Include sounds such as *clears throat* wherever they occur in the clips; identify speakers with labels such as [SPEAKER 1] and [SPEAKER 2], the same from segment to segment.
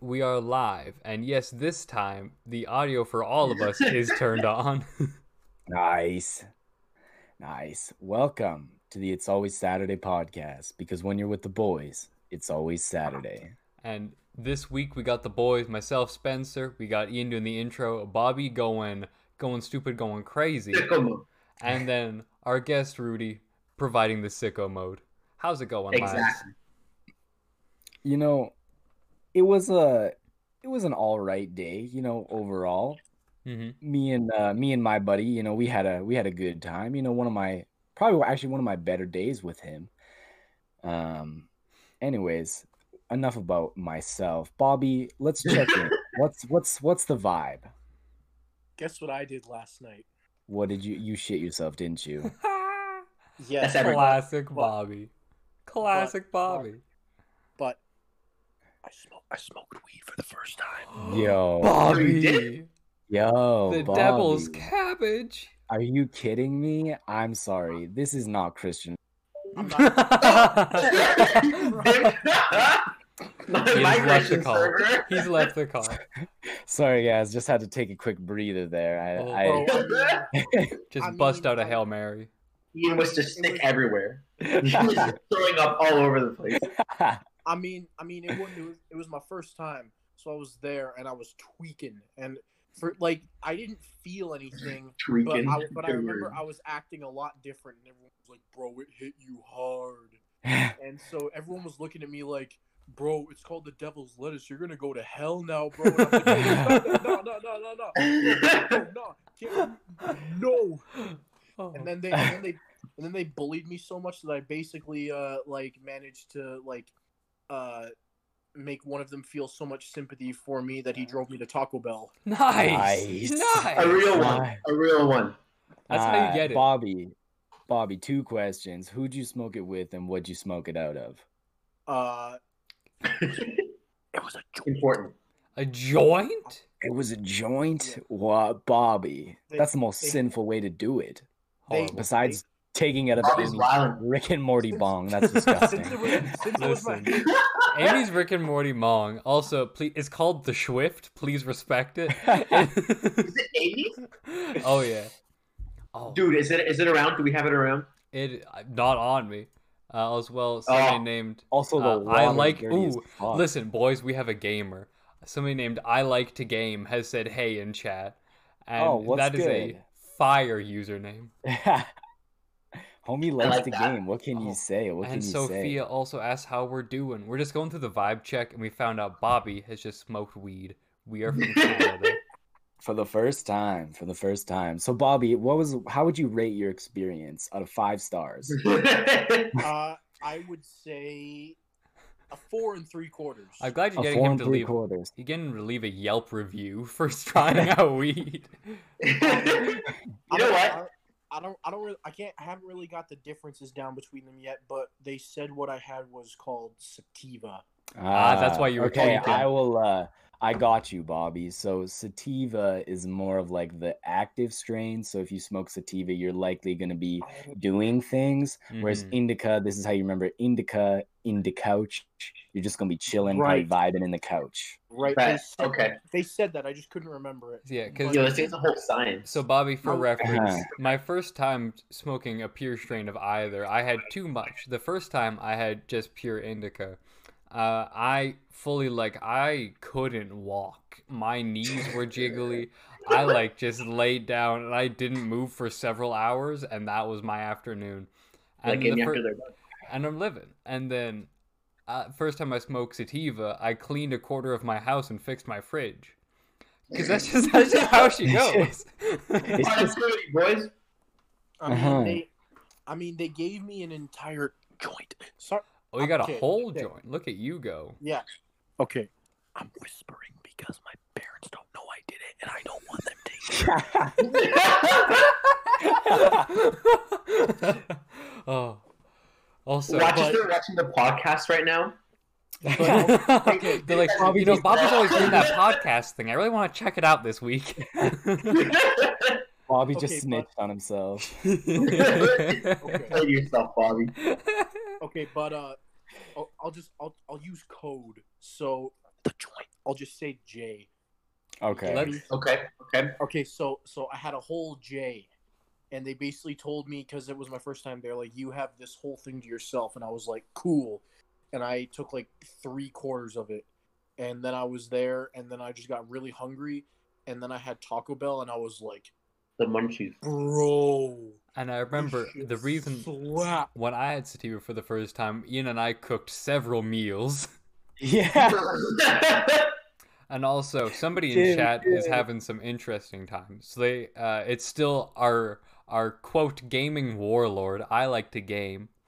[SPEAKER 1] we are live. And yes, this time the audio for all of us is turned on. *laughs*
[SPEAKER 2] Nice. Nice. Welcome to the It's Always Saturday podcast because when you're with the boys, it's always Saturday.
[SPEAKER 1] and this week we got the boys, myself, Spencer, we got Ian doing the intro, Bobby going going stupid, going crazy,
[SPEAKER 3] Sycamore.
[SPEAKER 1] and then our guest Rudy providing the sicko mode. How's it going, lads?
[SPEAKER 3] Exactly.
[SPEAKER 2] You know, it was a it was an all right day, you know, overall.
[SPEAKER 1] hmm *laughs*
[SPEAKER 2] Me and uh, me and my buddy, you know, we had a we had a good time. You know, one of my probably actually one of my better days with him. Um anyways, enough about myself. Bobby, let's check in. What's what's what's the vibe?
[SPEAKER 4] Guess what I did last night?
[SPEAKER 2] What did you you shit yourself, didn't you?
[SPEAKER 4] Yes,
[SPEAKER 3] That's every-
[SPEAKER 1] Classic
[SPEAKER 4] But-
[SPEAKER 1] Bobby. Classic Bobby.
[SPEAKER 4] but I smoked. I smoked weed for the first time.
[SPEAKER 2] Yo.
[SPEAKER 3] You
[SPEAKER 1] Bobby,
[SPEAKER 3] did?
[SPEAKER 2] Yo,
[SPEAKER 1] the devil's
[SPEAKER 2] Oh, Bobby.
[SPEAKER 1] cabbage.
[SPEAKER 2] Are you kidding me? I'm sorry. This is not Christian.
[SPEAKER 4] I'm
[SPEAKER 1] *laughs*
[SPEAKER 4] not,
[SPEAKER 3] Oh.
[SPEAKER 1] He's
[SPEAKER 3] *laughs*
[SPEAKER 1] left the
[SPEAKER 3] Migration
[SPEAKER 1] call.
[SPEAKER 3] server.
[SPEAKER 1] He's left the call.
[SPEAKER 4] *laughs*
[SPEAKER 2] Sorry, guys. Just had to take a quick breather there. I,
[SPEAKER 1] Oh,
[SPEAKER 2] I
[SPEAKER 1] oh. Just
[SPEAKER 4] I
[SPEAKER 1] bust
[SPEAKER 4] mean,
[SPEAKER 1] out a
[SPEAKER 4] I-
[SPEAKER 1] hail
[SPEAKER 4] *laughs*
[SPEAKER 1] mary.
[SPEAKER 3] Ian was just sick everywhere. He was just throwing up all over the place.
[SPEAKER 4] I mean, I mean, it, wasn't, it was it was my first time, so I was there and I was tweaking and for like I didn't feel anything, but
[SPEAKER 3] Tweaking.
[SPEAKER 4] I, but I remember I was acting a lot different, and everyone was like, "Bro, it hit you hard," and so everyone was looking at me like. Bro, it's called the devil's lettuce. You're gonna go to hell now, bro. And I'm like, no, no, no, no, no, no. no, no, can't- *laughs* no.
[SPEAKER 1] Oh.
[SPEAKER 4] And then they, and then they, and then they bullied me so much that I basically, uh, like managed to like, uh, make one of them feel so much sympathy for me that he drove me to Taco Bell.
[SPEAKER 1] nice.
[SPEAKER 2] Nice.
[SPEAKER 3] a
[SPEAKER 1] Nice.
[SPEAKER 3] real one. A real one.
[SPEAKER 1] That's how
[SPEAKER 2] *laughs*
[SPEAKER 1] you
[SPEAKER 2] Uh,
[SPEAKER 1] get it.
[SPEAKER 2] Bobby, Bobby, two questions. Who'd you smoke it with and what'd you smoke it out of?
[SPEAKER 4] Uh, *laughs* it was a joke.
[SPEAKER 3] Important.
[SPEAKER 1] A joint?
[SPEAKER 2] It was a joint.
[SPEAKER 4] Yeah.
[SPEAKER 2] What, Bobby?
[SPEAKER 4] They-
[SPEAKER 2] That's the most
[SPEAKER 4] they-
[SPEAKER 2] sinful way to do it.
[SPEAKER 4] They-
[SPEAKER 1] Horrible.
[SPEAKER 2] Besides taking it out of
[SPEAKER 3] Bobby's
[SPEAKER 2] Amy's
[SPEAKER 3] wild.
[SPEAKER 2] Rick and Morty
[SPEAKER 4] Since-
[SPEAKER 2] bong. That's
[SPEAKER 4] *laughs* Since it
[SPEAKER 1] *laughs*
[SPEAKER 2] disgusting.
[SPEAKER 4] was, since it was my,
[SPEAKER 1] Listen. Amy's Rick and Morty Mong. Also, please, it's called The Schwift. Please respect
[SPEAKER 4] *laughs*
[SPEAKER 1] it.
[SPEAKER 3] Is it 80s?
[SPEAKER 1] oh, yeah. Oh,
[SPEAKER 3] Dude, is it is it around? Do we have it
[SPEAKER 4] *laughs*
[SPEAKER 3] around? *laughs*
[SPEAKER 1] it not on me. Uh, as well, somebody
[SPEAKER 3] Oh.
[SPEAKER 1] named
[SPEAKER 2] Also, the
[SPEAKER 1] Uh, I
[SPEAKER 2] water's
[SPEAKER 1] like-
[SPEAKER 2] dirty as
[SPEAKER 1] ooh,
[SPEAKER 2] fuck.
[SPEAKER 1] Listen, boys, we have a gamer. Somebody named I Like to Game has said hey in chat. And
[SPEAKER 2] Oh, what's
[SPEAKER 1] that is a
[SPEAKER 2] good?
[SPEAKER 1] fire username.
[SPEAKER 2] *laughs* Homie likes
[SPEAKER 3] like
[SPEAKER 2] the
[SPEAKER 3] that.
[SPEAKER 2] game. What can
[SPEAKER 1] Oh,
[SPEAKER 2] you say? What can
[SPEAKER 1] and
[SPEAKER 2] you
[SPEAKER 1] Sophia also asked how we're doing. We're just going through the vibe check and we found out Bobby has just smoked weed. We are from
[SPEAKER 2] *laughs*
[SPEAKER 1] Canada.
[SPEAKER 2] say? For the first time, for the first time. So, Bobby, what was? How would you rate your experience out of five stars?
[SPEAKER 4] uh, I would say a four and three quarters.
[SPEAKER 1] I'm glad you're
[SPEAKER 2] A
[SPEAKER 1] getting
[SPEAKER 2] four
[SPEAKER 1] him
[SPEAKER 2] and
[SPEAKER 1] to
[SPEAKER 2] three
[SPEAKER 1] leave
[SPEAKER 2] quarters.
[SPEAKER 1] you're getting him to leave a Yelp review *laughs* for trying
[SPEAKER 2] *laughs*
[SPEAKER 1] out weed.
[SPEAKER 4] I
[SPEAKER 3] You know
[SPEAKER 4] don't-
[SPEAKER 3] what?
[SPEAKER 4] I, I don't. I don't. Really, I can't. I haven't really got the differences down between them yet. But they said what I had was called sativa.
[SPEAKER 1] Ah, that's why you were
[SPEAKER 2] okay.
[SPEAKER 1] tweaking.
[SPEAKER 2] I will. uh I got you, Bobby. So sativa is more of like the active strain. So if you smoke sativa, you're likely going to be
[SPEAKER 3] Oh.
[SPEAKER 2] doing things. Whereas
[SPEAKER 1] Mhm.
[SPEAKER 2] indica, this is how you remember indica in the couch. You're just going to be chilling,
[SPEAKER 4] Right.
[SPEAKER 2] probably vibing in the couch.
[SPEAKER 4] Right. They
[SPEAKER 3] Right,
[SPEAKER 4] said,
[SPEAKER 3] okay.
[SPEAKER 4] They said that. I just couldn't remember it.
[SPEAKER 1] Yeah, 'cause-
[SPEAKER 3] Yo, this thing's a whole science.
[SPEAKER 1] So, Bobby, for
[SPEAKER 4] Oh.
[SPEAKER 1] reference, my first time smoking a pure strain of either, I had too much. The first time I had just pure indica. Uh, I fully like I couldn't walk. My knees were jiggly. I like just laid down and I didn't move for several hours, and that was my afternoon. And
[SPEAKER 3] like in
[SPEAKER 1] the
[SPEAKER 3] after
[SPEAKER 1] fir-
[SPEAKER 3] their
[SPEAKER 1] and I'm living. And then, uh, first time I smoked sativa, I cleaned a quarter of my house and fixed my fridge. Because that's just that's just how *laughs* she goes.
[SPEAKER 2] It's *laughs* just-
[SPEAKER 3] Productivity, *laughs* boys.
[SPEAKER 4] I mean,
[SPEAKER 2] Uh-huh.
[SPEAKER 4] they, I mean, they gave me an entire joint. Sorry.
[SPEAKER 1] *laughs* Oh, you got a
[SPEAKER 4] Okay,
[SPEAKER 1] whole
[SPEAKER 4] okay.
[SPEAKER 1] joint. Look at you go.
[SPEAKER 4] Yeah. Okay. I'm whispering because my parents don't know I did it, and I don't want them to.
[SPEAKER 1] *laughs*
[SPEAKER 4] hear.
[SPEAKER 1] oh. Also,
[SPEAKER 3] Watch
[SPEAKER 4] but-
[SPEAKER 3] as they're watching the podcast right
[SPEAKER 4] *laughs*
[SPEAKER 3] now.
[SPEAKER 1] but-
[SPEAKER 4] Okay,
[SPEAKER 1] they're like,
[SPEAKER 2] Bobby
[SPEAKER 1] you know,
[SPEAKER 2] just-
[SPEAKER 1] Bobby's always doing that podcast thing. I really want to check it out this week.
[SPEAKER 2] Bobby
[SPEAKER 4] Okay,
[SPEAKER 2] just
[SPEAKER 4] but-
[SPEAKER 2] snitched on himself.
[SPEAKER 4] Okay.
[SPEAKER 3] Play to yourself, Bobby.
[SPEAKER 4] oh, Okay, but uh, I'll, I'll just I'll I'll use code. So the joint. I'll just say J.
[SPEAKER 2] Okay.
[SPEAKER 1] Let's-
[SPEAKER 3] Okay. Okay.
[SPEAKER 4] Okay, so so I had a whole J, and they basically told me because it was my first time there, like you have this whole thing to yourself, and I was like, cool, and I took like three quarters of it, and then I was there, and then I just got really hungry, and then I had Taco Bell, and I was like,
[SPEAKER 3] The
[SPEAKER 1] *laughs*
[SPEAKER 3] *laughs* munchies.
[SPEAKER 4] bro,
[SPEAKER 1] *laughs* And I remember
[SPEAKER 4] this shit
[SPEAKER 1] the reason
[SPEAKER 4] slap.
[SPEAKER 1] when I had sativa for the first time, Ian and I cooked several meals.
[SPEAKER 2] *laughs*
[SPEAKER 1] *laughs*
[SPEAKER 2] Yeah.
[SPEAKER 1] And also, somebody in
[SPEAKER 2] Dude,
[SPEAKER 1] chat is
[SPEAKER 2] yeah.
[SPEAKER 1] having some interesting times. So they, uh, it's still our our quote gaming warlord. I like to game.
[SPEAKER 2] *laughs*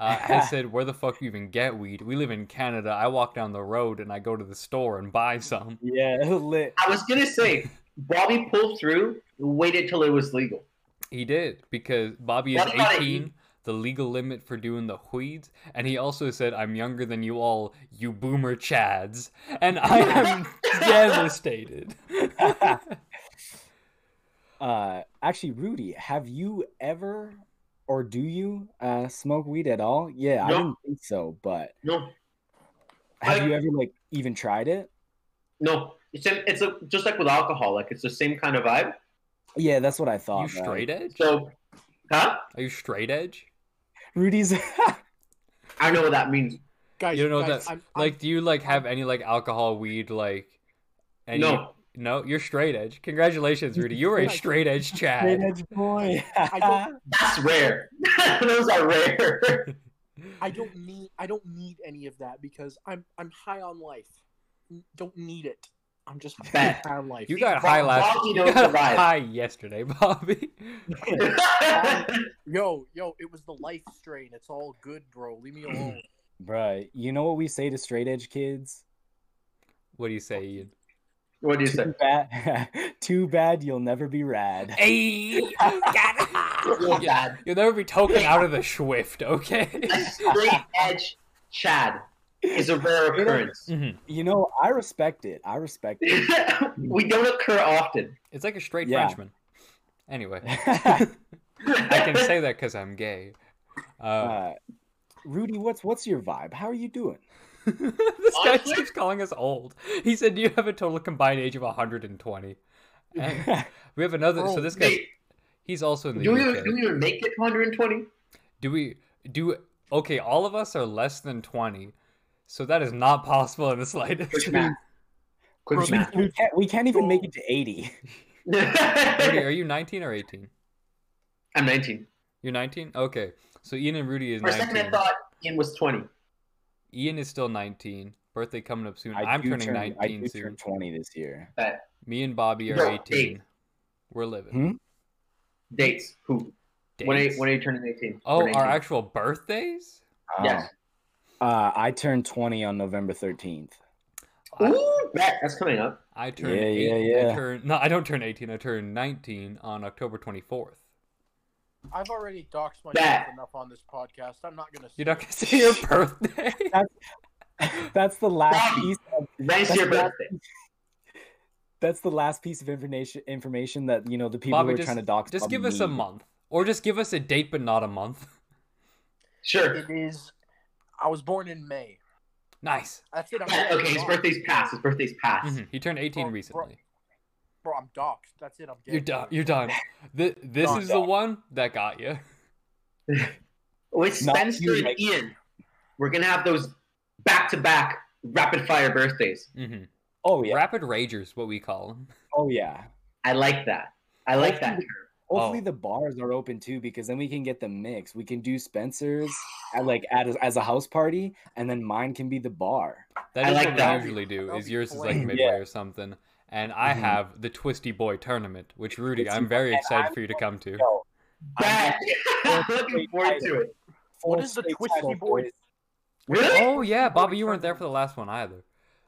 [SPEAKER 1] Uh, I said, "Where the fuck do you even get weed? We live in Canada. I walk down the road and I go to the store and buy some."
[SPEAKER 2] Yeah. *laughs* Lit.
[SPEAKER 3] I was gonna say Bobby pulled through, waited till it was legal.
[SPEAKER 1] He did because Bobby is
[SPEAKER 3] What about it?
[SPEAKER 1] 18, the legal limit for doing the weeds, and he also said, "I'm younger than you all, you boomer chads," and *laughs*
[SPEAKER 2] *laughs*
[SPEAKER 1] I am
[SPEAKER 3] *laughs*
[SPEAKER 1] devastated.
[SPEAKER 2] Uh, actually, Rudy, have you ever or do you uh smoke weed at all? Yeah, I
[SPEAKER 3] No.
[SPEAKER 2] didn't think so, but
[SPEAKER 3] No,
[SPEAKER 2] have
[SPEAKER 3] I-
[SPEAKER 2] you ever like even tried it?
[SPEAKER 3] no. It's a, it's a, just like with alcohol. Like it's the same kind of vibe.
[SPEAKER 2] Yeah, that's what I thought.
[SPEAKER 1] you
[SPEAKER 2] Oh, man.
[SPEAKER 1] straight edge?
[SPEAKER 3] So, huh?
[SPEAKER 1] Are you straight edge?
[SPEAKER 2] Rudy's *laughs*
[SPEAKER 3] I don't know what that means.
[SPEAKER 4] guys,
[SPEAKER 1] You know
[SPEAKER 4] guys,
[SPEAKER 1] that-
[SPEAKER 4] I'm, I'm-
[SPEAKER 1] Like, do you like have any like alcohol weed like? Any...
[SPEAKER 3] no,
[SPEAKER 1] no, you're straight edge. Congratulations, Rudy. You were a
[SPEAKER 4] Like-
[SPEAKER 1] straight edge
[SPEAKER 2] straight
[SPEAKER 1] Chad.
[SPEAKER 2] edge boy.
[SPEAKER 4] I don't,
[SPEAKER 3] that's rare. *laughs* Those are rare.
[SPEAKER 1] *laughs*
[SPEAKER 4] I don't need, I don't need any of that because I'm, I'm high on life. N- Don't need it.
[SPEAKER 1] *laughs*
[SPEAKER 4] I'm just high
[SPEAKER 3] Fat.
[SPEAKER 4] on life.
[SPEAKER 1] You got
[SPEAKER 3] Bo-
[SPEAKER 1] high last.
[SPEAKER 3] Bobby
[SPEAKER 1] You
[SPEAKER 3] knows
[SPEAKER 1] got
[SPEAKER 3] the vibe.
[SPEAKER 1] high yesterday, Bobby.
[SPEAKER 4] Yo, yo, it was the life strain. It's all good, bro. Leave
[SPEAKER 2] *clears throat*
[SPEAKER 4] me alone.
[SPEAKER 2] *laughs* Bruh, you know what we say to straight edge kids?
[SPEAKER 1] What do you say, Ian?
[SPEAKER 3] *laughs* what do you say?
[SPEAKER 2] Too bad, *laughs* too bad you'll never be rad.
[SPEAKER 1] Hey, you
[SPEAKER 3] Real
[SPEAKER 1] got
[SPEAKER 3] bad.
[SPEAKER 1] You'll never be token out of the Schwift, okay?
[SPEAKER 3] A straight edge Chad is a rare occurrence.
[SPEAKER 1] Mhm.
[SPEAKER 2] You know, I respect it. I respect it.
[SPEAKER 3] *laughs* we don't occur often.
[SPEAKER 1] It's like a straight
[SPEAKER 2] Yeah.
[SPEAKER 1] Frenchman. Anyway, I can say that because I'm gay. Uh,
[SPEAKER 2] uh, Rudy, what's what's your vibe? How are
[SPEAKER 1] *laughs*
[SPEAKER 2] you doing?
[SPEAKER 1] this guy
[SPEAKER 3] Honestly?
[SPEAKER 1] keeps calling us old. He said, "Do you have a total combined age of 120?" And we have another. so
[SPEAKER 4] Bro,
[SPEAKER 1] this guy,
[SPEAKER 3] *laughs* Wait,
[SPEAKER 1] he's also in the
[SPEAKER 3] do we,
[SPEAKER 1] UK.
[SPEAKER 3] do we even make it to 120?
[SPEAKER 1] Do we do okay? All of us are less than twenty, so that is not possible in the slightest.
[SPEAKER 3] Quick math. Quick
[SPEAKER 4] Bro,
[SPEAKER 3] math.
[SPEAKER 2] *laughs* we, can't, we can't even make it to 80.
[SPEAKER 1] Rudy, are you nineteen or eighteen?
[SPEAKER 3] *laughs* I'm 19.
[SPEAKER 1] You're nineteen. Okay, so Ian and Rudy is
[SPEAKER 3] For a second, I
[SPEAKER 1] nineteen.
[SPEAKER 3] thought Ian was 20.
[SPEAKER 1] Ian is still nineteen. Birthday coming up soon. I'm
[SPEAKER 2] do
[SPEAKER 1] turning
[SPEAKER 2] turn- I
[SPEAKER 1] nineteen
[SPEAKER 2] do
[SPEAKER 1] soon.
[SPEAKER 2] turn 20 this year.
[SPEAKER 3] But
[SPEAKER 1] Me and Bobby are
[SPEAKER 3] No,
[SPEAKER 1] eighteen.
[SPEAKER 3] eight.
[SPEAKER 1] We're living.
[SPEAKER 2] Hmm?
[SPEAKER 3] dates. Who? When are,
[SPEAKER 1] Dates.
[SPEAKER 3] when are you turning 18?
[SPEAKER 1] oh,
[SPEAKER 3] You're
[SPEAKER 1] our
[SPEAKER 3] 19.
[SPEAKER 1] actual birthdays.
[SPEAKER 3] Yes.
[SPEAKER 2] Oh. Uh, I turned 20 on November
[SPEAKER 1] *laughs*
[SPEAKER 2] 13th.
[SPEAKER 1] Oh, I,
[SPEAKER 3] Ooh, that- that's coming up.
[SPEAKER 1] I turn
[SPEAKER 2] Yeah,
[SPEAKER 1] eight,
[SPEAKER 2] yeah,
[SPEAKER 1] I
[SPEAKER 2] yeah.
[SPEAKER 1] turn no, I don't turn eighteen. I turn nineteen on October twenty fourth.
[SPEAKER 4] I've already doxed myself
[SPEAKER 3] That-
[SPEAKER 4] enough on this podcast. I'm not gonna.
[SPEAKER 1] You're not gonna *laughs* say
[SPEAKER 2] *laughs*
[SPEAKER 1] your birthday.
[SPEAKER 2] That's the last
[SPEAKER 3] Bobby.
[SPEAKER 2] piece. Of,
[SPEAKER 3] Nice
[SPEAKER 2] That's
[SPEAKER 3] your
[SPEAKER 2] not-
[SPEAKER 3] birthday.
[SPEAKER 2] that's the last piece of information. Information that you know the people
[SPEAKER 1] Bobby,
[SPEAKER 2] who are
[SPEAKER 1] just-
[SPEAKER 2] trying to dox.
[SPEAKER 1] Just
[SPEAKER 2] Bobby
[SPEAKER 1] give us a
[SPEAKER 2] need.
[SPEAKER 1] month, or just give us a date, but not a month. *laughs*
[SPEAKER 3] Sure.
[SPEAKER 4] It is. I was born in May.
[SPEAKER 1] Nice.
[SPEAKER 4] That's it. I'm
[SPEAKER 3] Yeah, *laughs*
[SPEAKER 4] getting
[SPEAKER 3] okay, his
[SPEAKER 4] doxed.
[SPEAKER 3] birthday's passed. His birthday's passed.
[SPEAKER 1] Mhm. He turned 18
[SPEAKER 4] Oh, bro,
[SPEAKER 1] recently.
[SPEAKER 4] Bro, I'm doxed. That's it. I'm getting.
[SPEAKER 1] You're done. You're done. Th- this
[SPEAKER 4] Done.
[SPEAKER 1] is the one that got you.
[SPEAKER 3] With
[SPEAKER 2] Not you,
[SPEAKER 3] Spencer and
[SPEAKER 2] Mike.
[SPEAKER 3] Ian, we're going to have those back to back rapid fire birthdays.
[SPEAKER 1] Mhm.
[SPEAKER 2] Oh yeah.
[SPEAKER 1] Rapid ragers, what we call them.
[SPEAKER 2] Oh yeah.
[SPEAKER 3] I like that. I like that.
[SPEAKER 2] Hopefully- Hopefully
[SPEAKER 1] Oh.
[SPEAKER 2] the bars are open too, because then we can get the mix. We can do Spencer's at like at a, as a house party, and then mine can be the bar.
[SPEAKER 1] That
[SPEAKER 3] I
[SPEAKER 1] is
[SPEAKER 3] like
[SPEAKER 1] what
[SPEAKER 3] that.
[SPEAKER 1] we usually do.
[SPEAKER 4] That'll
[SPEAKER 1] Is
[SPEAKER 4] be
[SPEAKER 1] yours is like
[SPEAKER 2] flame.
[SPEAKER 1] midway
[SPEAKER 2] Yeah.
[SPEAKER 1] or something, and I
[SPEAKER 2] Mhm.
[SPEAKER 1] have the Twisty Boy tournament, which Rudy,
[SPEAKER 2] Twisty
[SPEAKER 1] I'm very
[SPEAKER 2] and
[SPEAKER 1] excited
[SPEAKER 2] I'm
[SPEAKER 1] for you to come to.
[SPEAKER 2] Yo,
[SPEAKER 3] Bet. *laughs*
[SPEAKER 2] I'm-
[SPEAKER 3] Looking forward to it.
[SPEAKER 2] full
[SPEAKER 4] is the
[SPEAKER 2] state
[SPEAKER 4] Twisty
[SPEAKER 2] title,
[SPEAKER 4] Boy?
[SPEAKER 2] boys.
[SPEAKER 3] Really?
[SPEAKER 1] Oh yeah,
[SPEAKER 4] Boy
[SPEAKER 1] Bobby, you weren't there
[SPEAKER 4] tournament.
[SPEAKER 1] for the last one either.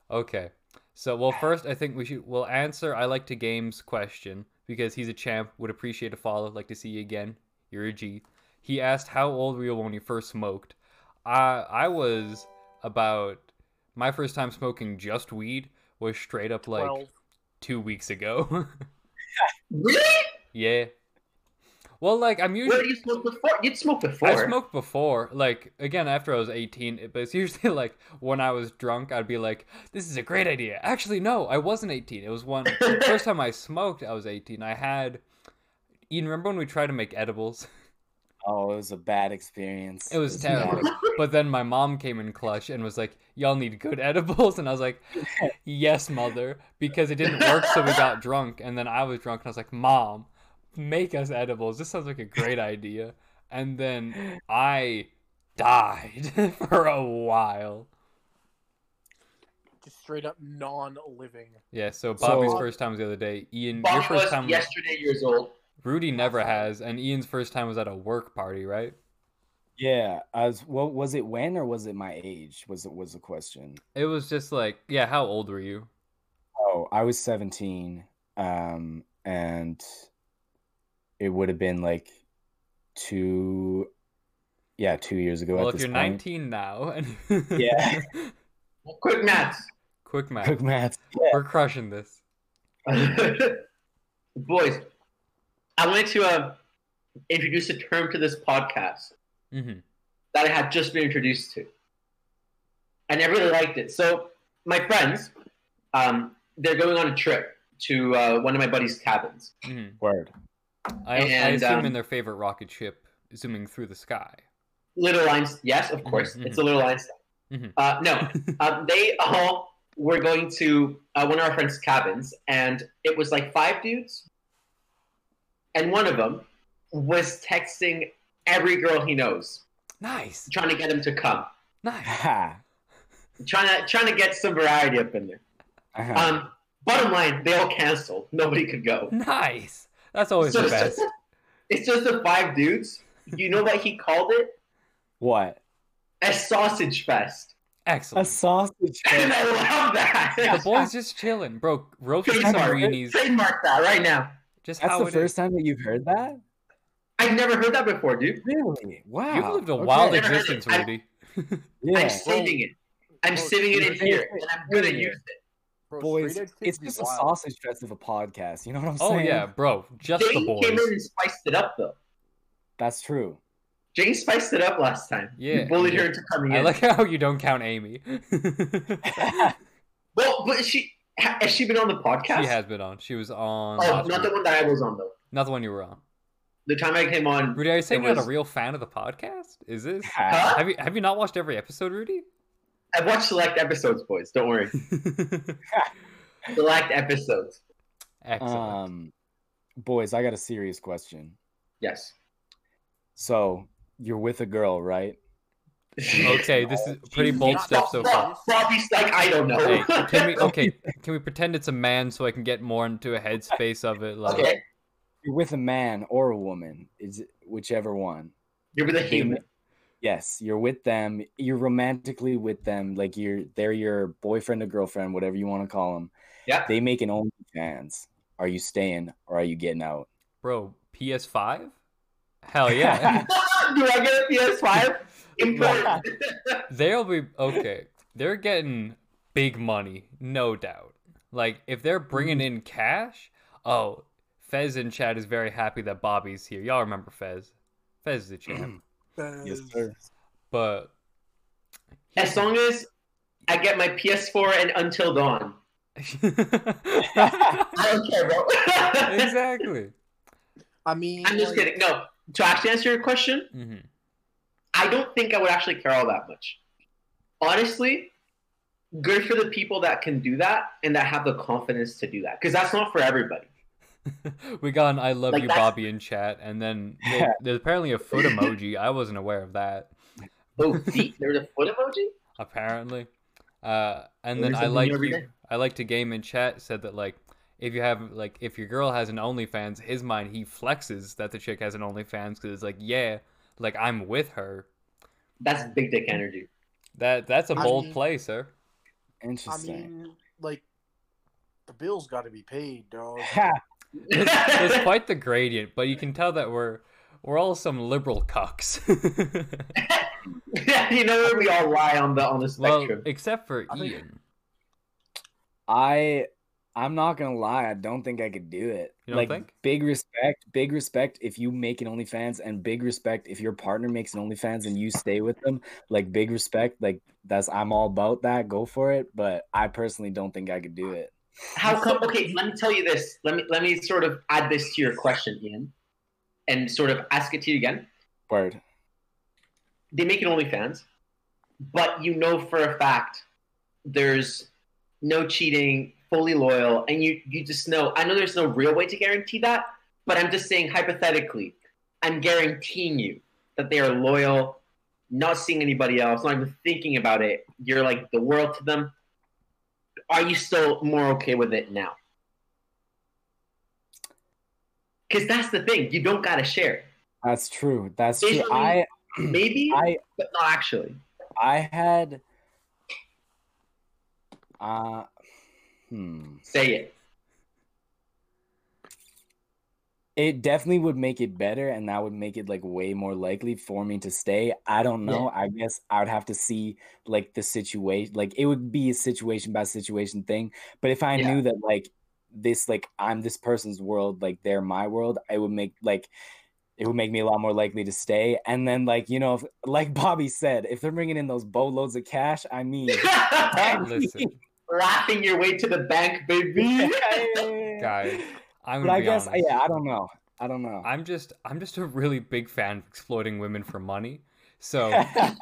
[SPEAKER 1] Okay. So well first I think we should we'll answer I like to games question because he's a champ, would appreciate a follow, like to see you again. You're a G. He asked how old were you when you first smoked. I I was about my first time smoking just weed was straight up like
[SPEAKER 4] Twelve.
[SPEAKER 1] *laughs* two weeks ago.
[SPEAKER 3] Really?
[SPEAKER 1] yeah. Well, like I'm usually
[SPEAKER 3] Where do you smoke before? You'd smoke before.
[SPEAKER 1] I
[SPEAKER 3] *laughs*
[SPEAKER 1] smoked before, like again after I was 18, it- but it's usually *laughs* like when I was drunk, I'd be like, "This is a great idea." Actually, no, I wasn't 18. It was one first time I smoked. I was 18. I had. You remember when we tried to make edibles?
[SPEAKER 2] Oh, it was a bad experience.
[SPEAKER 1] It was terrible.
[SPEAKER 2] bad.
[SPEAKER 1] But then my mom came in clutch and was like, "Y'all need good *laughs* edibles," and I was like, "Yes, mother," because it didn't work, so we
[SPEAKER 2] *laughs*
[SPEAKER 1] got drunk, and then I was drunk, and I was like, "Mom, make us edibles. This sounds like a great idea." And then I died *laughs* for a while.
[SPEAKER 4] Just straight up non-living.
[SPEAKER 1] Yeah. So Bobby's
[SPEAKER 2] So- uh,
[SPEAKER 1] first time was the other day. Ian, your
[SPEAKER 3] Bobby
[SPEAKER 1] first
[SPEAKER 3] was
[SPEAKER 1] time. was-
[SPEAKER 3] yesterday years old.
[SPEAKER 1] Rudy never has, and Ian's first time was at a work party, right?
[SPEAKER 2] Yeah, I was. What was it? When or was it my age? Was it was the question?
[SPEAKER 1] It was just like, yeah, how old were you?
[SPEAKER 2] Oh, I was seventeen, um, and it would have been like two, yeah, two years ago
[SPEAKER 1] Well,
[SPEAKER 2] at
[SPEAKER 1] if
[SPEAKER 2] this
[SPEAKER 1] you're
[SPEAKER 2] point.
[SPEAKER 1] 19 now, and
[SPEAKER 2] Yeah.
[SPEAKER 1] *laughs*
[SPEAKER 3] Quick maths. *laughs*
[SPEAKER 1] quick math.
[SPEAKER 2] *laughs* Quick math. Yeah.
[SPEAKER 1] We're crushing this.
[SPEAKER 3] Boys, I wanted to uh, introduce a term to this podcast
[SPEAKER 1] hmm
[SPEAKER 3] that I had just been introduced to. And I really liked it. So, my friends, um, they're going on a trip to uh, one of my buddy's cabins.
[SPEAKER 1] hmm
[SPEAKER 2] Word. *laughs*
[SPEAKER 1] I, I
[SPEAKER 3] And,
[SPEAKER 1] assume in
[SPEAKER 3] um,
[SPEAKER 1] their favorite rocket ship zooming through the sky.
[SPEAKER 3] Little Einstein, yes, of course,
[SPEAKER 1] Mhm,
[SPEAKER 3] it's a Little Einstein.
[SPEAKER 1] Mhm.
[SPEAKER 3] Uh, no,
[SPEAKER 1] *laughs*
[SPEAKER 3] um, they all were going to uh, one of our friends' cabins, and it was like five dudes, and one of them was texting every girl he knows.
[SPEAKER 1] Nice,
[SPEAKER 3] trying to get him to come,
[SPEAKER 1] nice.
[SPEAKER 2] Ha.
[SPEAKER 3] trying to trying to get some variety up in there.
[SPEAKER 2] Uh-huh.
[SPEAKER 3] Um, bottom line, they all canceled. Nobody could go.
[SPEAKER 1] Nice. That's always the
[SPEAKER 3] So-
[SPEAKER 1] best.
[SPEAKER 3] It's just the five dudes. You know what he called it?
[SPEAKER 2] what?
[SPEAKER 3] A sausage
[SPEAKER 1] *laughs*
[SPEAKER 3] fest,
[SPEAKER 2] A
[SPEAKER 1] Excellent.
[SPEAKER 2] *laughs* sausage.
[SPEAKER 3] and
[SPEAKER 2] fest.
[SPEAKER 3] I love
[SPEAKER 1] The
[SPEAKER 3] that.
[SPEAKER 1] boy's just chilling, bro. Roasted
[SPEAKER 3] Trademark.
[SPEAKER 1] marini's.
[SPEAKER 3] Trademark that right now.
[SPEAKER 1] Just
[SPEAKER 2] That's
[SPEAKER 1] how
[SPEAKER 2] the
[SPEAKER 1] it is.
[SPEAKER 2] first time that you've heard that.
[SPEAKER 3] I've never heard that before, dude.
[SPEAKER 2] Really? Wow.
[SPEAKER 1] You've lived a wild
[SPEAKER 2] okay.
[SPEAKER 3] Never heard it.
[SPEAKER 1] existence,
[SPEAKER 3] I-
[SPEAKER 1] Rudy.
[SPEAKER 2] Yeah.
[SPEAKER 3] I'm saving it. I'm
[SPEAKER 4] Bro,
[SPEAKER 3] saving it in
[SPEAKER 4] straight-
[SPEAKER 3] here, and I'm gonna use it.
[SPEAKER 4] Bro,
[SPEAKER 2] Boys,
[SPEAKER 4] straight edge kids
[SPEAKER 2] it's
[SPEAKER 4] be
[SPEAKER 2] just a
[SPEAKER 4] wild.
[SPEAKER 2] sausage fest of a podcast. You know what I'm
[SPEAKER 1] Oh
[SPEAKER 2] saying?
[SPEAKER 1] yeah, bro. Just the
[SPEAKER 3] Jay came in
[SPEAKER 1] boys.
[SPEAKER 3] and spiced it up, though.
[SPEAKER 2] That's true.
[SPEAKER 3] Jay spiced it up last time.
[SPEAKER 1] Yeah,
[SPEAKER 3] you bullied
[SPEAKER 1] yeah.
[SPEAKER 3] her into coming
[SPEAKER 1] I
[SPEAKER 3] in.
[SPEAKER 1] like how you don't count Amy. *laughs* she
[SPEAKER 3] well, but she ha- has she been on the podcast?
[SPEAKER 1] has been on. She was on.
[SPEAKER 3] Oh,
[SPEAKER 1] last
[SPEAKER 3] not
[SPEAKER 1] week.
[SPEAKER 3] the one that I was on though.
[SPEAKER 1] Not the one you were on.
[SPEAKER 3] The time I came on,
[SPEAKER 1] Rudy, are you saying you're not
[SPEAKER 3] was-
[SPEAKER 1] a real fan of the podcast? Is this?
[SPEAKER 2] *laughs*
[SPEAKER 3] Huh?
[SPEAKER 1] Have you have you not watched every episode, Rudy?
[SPEAKER 3] I've watched select episodes, boys.
[SPEAKER 1] *laughs*
[SPEAKER 3] Don't worry, select episodes.
[SPEAKER 1] Excellent.
[SPEAKER 2] Um, boys, I got a serious question.
[SPEAKER 3] Yes.
[SPEAKER 2] So you're with a girl, right?
[SPEAKER 3] *laughs*
[SPEAKER 1] okay, this is pretty
[SPEAKER 4] Jesus.
[SPEAKER 1] bold
[SPEAKER 4] Not-
[SPEAKER 1] stuff so far.
[SPEAKER 4] not-
[SPEAKER 3] Bobby's like, I don't know.
[SPEAKER 1] Hey, can
[SPEAKER 3] *laughs*
[SPEAKER 1] we okay? Can we pretend it's a man so I can get more into a headspace of it? Like,
[SPEAKER 3] Okay,
[SPEAKER 2] You're with a man or a woman, is it- whichever one.
[SPEAKER 3] you're with a
[SPEAKER 2] They
[SPEAKER 3] human.
[SPEAKER 2] ma- Yes, you're with them. You're romantically with them, like you're they're your boyfriend or girlfriend, whatever you want to call them.
[SPEAKER 3] Yeah.
[SPEAKER 2] They make an OnlyFans. Are you staying or are you getting out?
[SPEAKER 1] bro, PS Five? Hell yeah!
[SPEAKER 3] *laughs* Do I get a PS5?
[SPEAKER 1] *laughs*
[SPEAKER 3] Important.
[SPEAKER 1] They'll be okay. They're getting big money, no doubt. Like if they're bringing in cash, oh, Fez in chat is very happy that Bobby's here. Y'all remember Fez? Fez is the champ.
[SPEAKER 2] Yes,
[SPEAKER 4] Fez.
[SPEAKER 2] sir.
[SPEAKER 1] but
[SPEAKER 3] as long as I get my PS4 and Until Dawn,
[SPEAKER 1] *laughs*
[SPEAKER 3] I don't care, bro.
[SPEAKER 1] exactly.
[SPEAKER 4] I mean,
[SPEAKER 3] *laughs* I'm just
[SPEAKER 4] like,
[SPEAKER 3] kidding. No, to actually answer your question,
[SPEAKER 1] hmm
[SPEAKER 3] I don't think I would actually care all that much. Honestly, good for the people that can do that and that have the confidence to do that because that's not for everybody.
[SPEAKER 1] we got an I love
[SPEAKER 3] Like,
[SPEAKER 1] you,
[SPEAKER 3] that's-
[SPEAKER 1] Bobby, in chat, and then there- there's apparently a
[SPEAKER 3] *laughs*
[SPEAKER 1] foot emoji. I wasn't aware of that,
[SPEAKER 3] Oh, feet. There was a foot emoji.
[SPEAKER 1] apparently. Uh, and then
[SPEAKER 3] Learn
[SPEAKER 1] I
[SPEAKER 3] something
[SPEAKER 1] like
[SPEAKER 3] new every
[SPEAKER 1] you,
[SPEAKER 3] day.
[SPEAKER 1] I like to game in chat said that like if you have like if your girl has an OnlyFans, his mind he flexes that the chick has an OnlyFans because it's like yeah, like I'm with her.
[SPEAKER 3] That's big dick energy. *laughs*
[SPEAKER 1] That that's a
[SPEAKER 4] I
[SPEAKER 1] bold
[SPEAKER 4] mean-
[SPEAKER 1] play, sir.
[SPEAKER 4] I
[SPEAKER 2] Interesting. *laughs*
[SPEAKER 4] mean, like the bills got to be
[SPEAKER 2] *laughs*
[SPEAKER 4] paid, dog.
[SPEAKER 2] Ha,
[SPEAKER 1] It's, it's quite the gradient, but you can tell that we're we're all some liberal cucks. *laughs*
[SPEAKER 3] you know where we all lie on the on the
[SPEAKER 1] well,
[SPEAKER 3] spectrum.
[SPEAKER 1] except for
[SPEAKER 4] I think-
[SPEAKER 1] Ian.
[SPEAKER 2] I I'm not gonna lie, I don't think I could do it.
[SPEAKER 1] You don't
[SPEAKER 2] like
[SPEAKER 1] think?
[SPEAKER 2] big respect, big respect if you make an OnlyFans, and big respect if your partner makes an OnlyFans and you stay with them. Like big respect, like that's I'm all about that. Go for it, but I personally don't think I could do it.
[SPEAKER 3] How come? Okay, let me tell you this. Let me let me sort of add this to your question, Ian, and sort of ask it to you again.
[SPEAKER 2] Word.
[SPEAKER 3] They make it OnlyFans, but you know for a fact there's no cheating, fully loyal, and you you just know. I know there's no real way to guarantee that, but I'm just saying hypothetically, I'm guaranteeing you that they are loyal, not seeing anybody else, not even thinking about it. You're like the world to them. Are you still more okay with it now? Because that's the thing, you don't gotta share.
[SPEAKER 2] That's true. That's true.
[SPEAKER 3] Basically-
[SPEAKER 2] I
[SPEAKER 3] Maybe,
[SPEAKER 2] *clears throat* I
[SPEAKER 3] but not actually.
[SPEAKER 2] I had uh hmm.
[SPEAKER 3] Say it.
[SPEAKER 2] It definitely would make it better and that would make it like way more likely for me to stay. I don't
[SPEAKER 3] Yeah.
[SPEAKER 2] know. I guess I would have to see like the situation. Like it would be a situation by situation thing. But if I
[SPEAKER 3] Yeah.
[SPEAKER 2] knew that like this like I'm this person's world, like they're my world, it would make like it would make me a lot more likely to stay. And then like, you know, if, like Bobby said, if they're bringing in those boatloads of cash, I mean *laughs*
[SPEAKER 1] Listen,
[SPEAKER 3] Laughing your way to the bank, baby.
[SPEAKER 1] *laughs* Guys, I'm
[SPEAKER 2] But
[SPEAKER 1] gonna
[SPEAKER 2] I
[SPEAKER 1] be
[SPEAKER 2] guess
[SPEAKER 1] honest.
[SPEAKER 2] yeah, I don't know. I don't know.
[SPEAKER 1] I'm just I'm just a really big fan of exploiting women for money.
[SPEAKER 2] *laughs*
[SPEAKER 1] So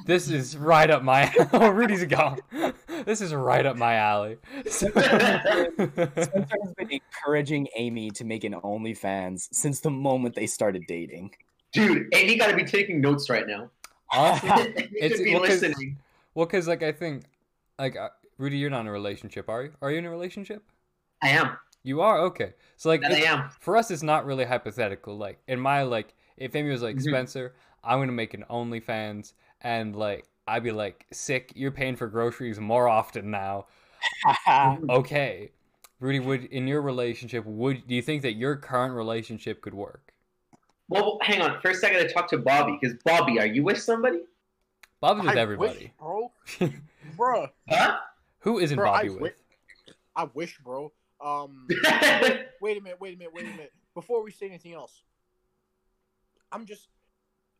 [SPEAKER 1] this is right up my *laughs* oh Rudy's gone. *laughs* This is right up my alley. So- *laughs*
[SPEAKER 2] Spencer has been encouraging Amy to make an OnlyFans since the moment they started dating.
[SPEAKER 3] Dude, Amy gotta be taking notes right now. *laughs*
[SPEAKER 2] *laughs*
[SPEAKER 1] Honestly,
[SPEAKER 3] Amy
[SPEAKER 1] It's-
[SPEAKER 3] should be
[SPEAKER 1] well, 'cause-
[SPEAKER 3] listening.
[SPEAKER 1] well, because like I think like uh, Rudy, you're not in a relationship, are you? Are you in a relationship?
[SPEAKER 3] I am.
[SPEAKER 1] You are okay. So like
[SPEAKER 3] That I
[SPEAKER 1] it's-
[SPEAKER 3] am.
[SPEAKER 1] for us it's not really hypothetical like in my like if amy was like
[SPEAKER 4] Mm-hmm.
[SPEAKER 3] Mhm.
[SPEAKER 1] spencer i'm gonna make an onlyfans and like i'd be like sick you're paying for groceries more often now
[SPEAKER 2] uh,
[SPEAKER 1] okay rudy would in your relationship would do you think that your current relationship could work
[SPEAKER 3] Well, hang on. First, I gotta talk to Bobby because Bobby, are you with somebody?
[SPEAKER 1] bobby's with
[SPEAKER 4] I Wish,
[SPEAKER 1] everybody
[SPEAKER 2] *laughs*
[SPEAKER 4] bro. Bruh,
[SPEAKER 3] Huh? *laughs*
[SPEAKER 1] who isn't
[SPEAKER 4] Bro, I
[SPEAKER 1] bobby
[SPEAKER 4] wi-
[SPEAKER 1] with
[SPEAKER 4] I wish, bro. Um, wait a minute, wait a minute, wait a minute. Before we say anything else, I'm just *sighs*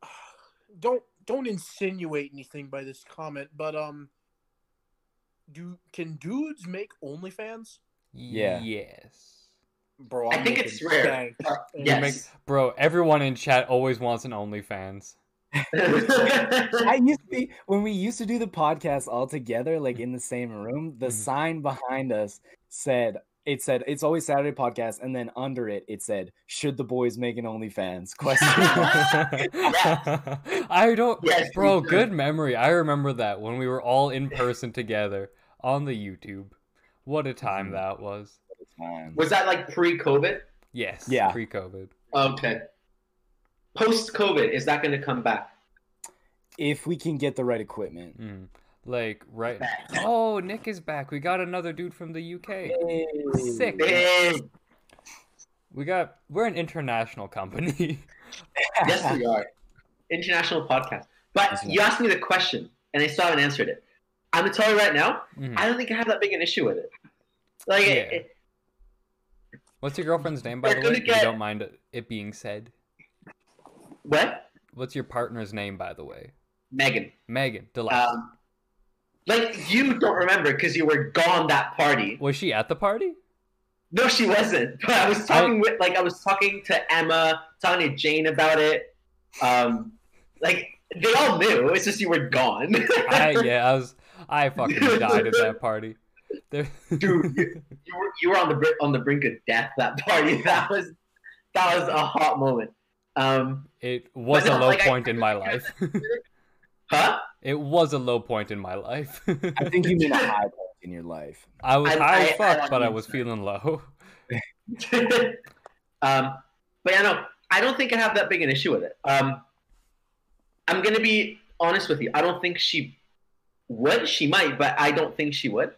[SPEAKER 4] don't don't insinuate anything by this comment, but um, do can dudes make OnlyFans,
[SPEAKER 2] Yeah.
[SPEAKER 1] yes
[SPEAKER 4] bro?
[SPEAKER 3] I
[SPEAKER 4] I'm
[SPEAKER 3] think
[SPEAKER 4] making
[SPEAKER 3] it's rare.
[SPEAKER 4] bank.
[SPEAKER 3] Uh,
[SPEAKER 1] You make-
[SPEAKER 3] yes.
[SPEAKER 1] bro everyone in chat always wants an onlyfans
[SPEAKER 2] I used to be when we used to do the podcast all together, like in the same room. The
[SPEAKER 1] Mhm.
[SPEAKER 2] sign behind us said it said it's always Saturday podcast, and then under it it said, "Should the boys make an *laughs* OnlyFans?" Question.
[SPEAKER 1] I don't,
[SPEAKER 3] *laughs* Yes, we
[SPEAKER 1] bro.
[SPEAKER 3] do.
[SPEAKER 1] Good memory. I remember that when we were all in person together on the YouTube. What a time
[SPEAKER 3] Mm-hmm.
[SPEAKER 2] Mhm.
[SPEAKER 1] that was.
[SPEAKER 2] Man.
[SPEAKER 3] *laughs* Was that like pre-COVID?
[SPEAKER 1] Yes.
[SPEAKER 2] Yeah.
[SPEAKER 1] Pre-COVID.
[SPEAKER 3] Okay. Post-COVID, is that gonna come back?
[SPEAKER 2] If we can get the right equipment.
[SPEAKER 1] Mm. Like right.
[SPEAKER 3] Back.
[SPEAKER 1] Oh, Nick is back. We got another dude from the UK. Sick.
[SPEAKER 3] Hey,
[SPEAKER 1] We got. We're an international company. *laughs*
[SPEAKER 3] yes, we are. International podcast. But
[SPEAKER 2] Yes, we
[SPEAKER 3] you asked me the question, and I still haven't answered it. I'm gonna tell you right now.
[SPEAKER 1] Mhm.
[SPEAKER 3] I don't think I have that big an issue with it. Like, it-
[SPEAKER 1] Yeah.
[SPEAKER 3] it,
[SPEAKER 1] What's your girlfriend's name, by
[SPEAKER 3] We're
[SPEAKER 1] the way?
[SPEAKER 3] gonna
[SPEAKER 1] if You
[SPEAKER 3] get-
[SPEAKER 1] don't mind it being said.
[SPEAKER 3] what?
[SPEAKER 1] What's your partner's name, by the way?
[SPEAKER 3] Megan.
[SPEAKER 1] Megan. Delightful.
[SPEAKER 3] Um, like you don't remember because you were gone that party.
[SPEAKER 1] was she at the party?
[SPEAKER 3] No, she wasn't. But I was talking with like I was talking to Emma, talking to Jane about it. Um, like they all knew. It's just you were gone. *laughs*
[SPEAKER 1] I yeah, I was I fucking died at that party. There,
[SPEAKER 3] Dude, you, you were you were on the br- on the brink of death that party. *laughs* That was that was a hot moment. Um,
[SPEAKER 1] *laughs* it was a
[SPEAKER 3] no,
[SPEAKER 1] low
[SPEAKER 3] like, I-
[SPEAKER 1] point in
[SPEAKER 3] *laughs*
[SPEAKER 1] my life.
[SPEAKER 3] huh?
[SPEAKER 1] it was a low point in my life. *laughs*
[SPEAKER 2] I think you mean a high point in your life.
[SPEAKER 1] I was
[SPEAKER 3] I-
[SPEAKER 1] high
[SPEAKER 3] I-
[SPEAKER 1] as fuck,
[SPEAKER 3] I
[SPEAKER 1] but I
[SPEAKER 3] understand.
[SPEAKER 1] was feeling low. *laughs*
[SPEAKER 3] *laughs* um, but yeah, no, I don't think I have that big an issue with it. Um, I'm gonna be honest with you. I don't think she would. She might, but I don't think she would.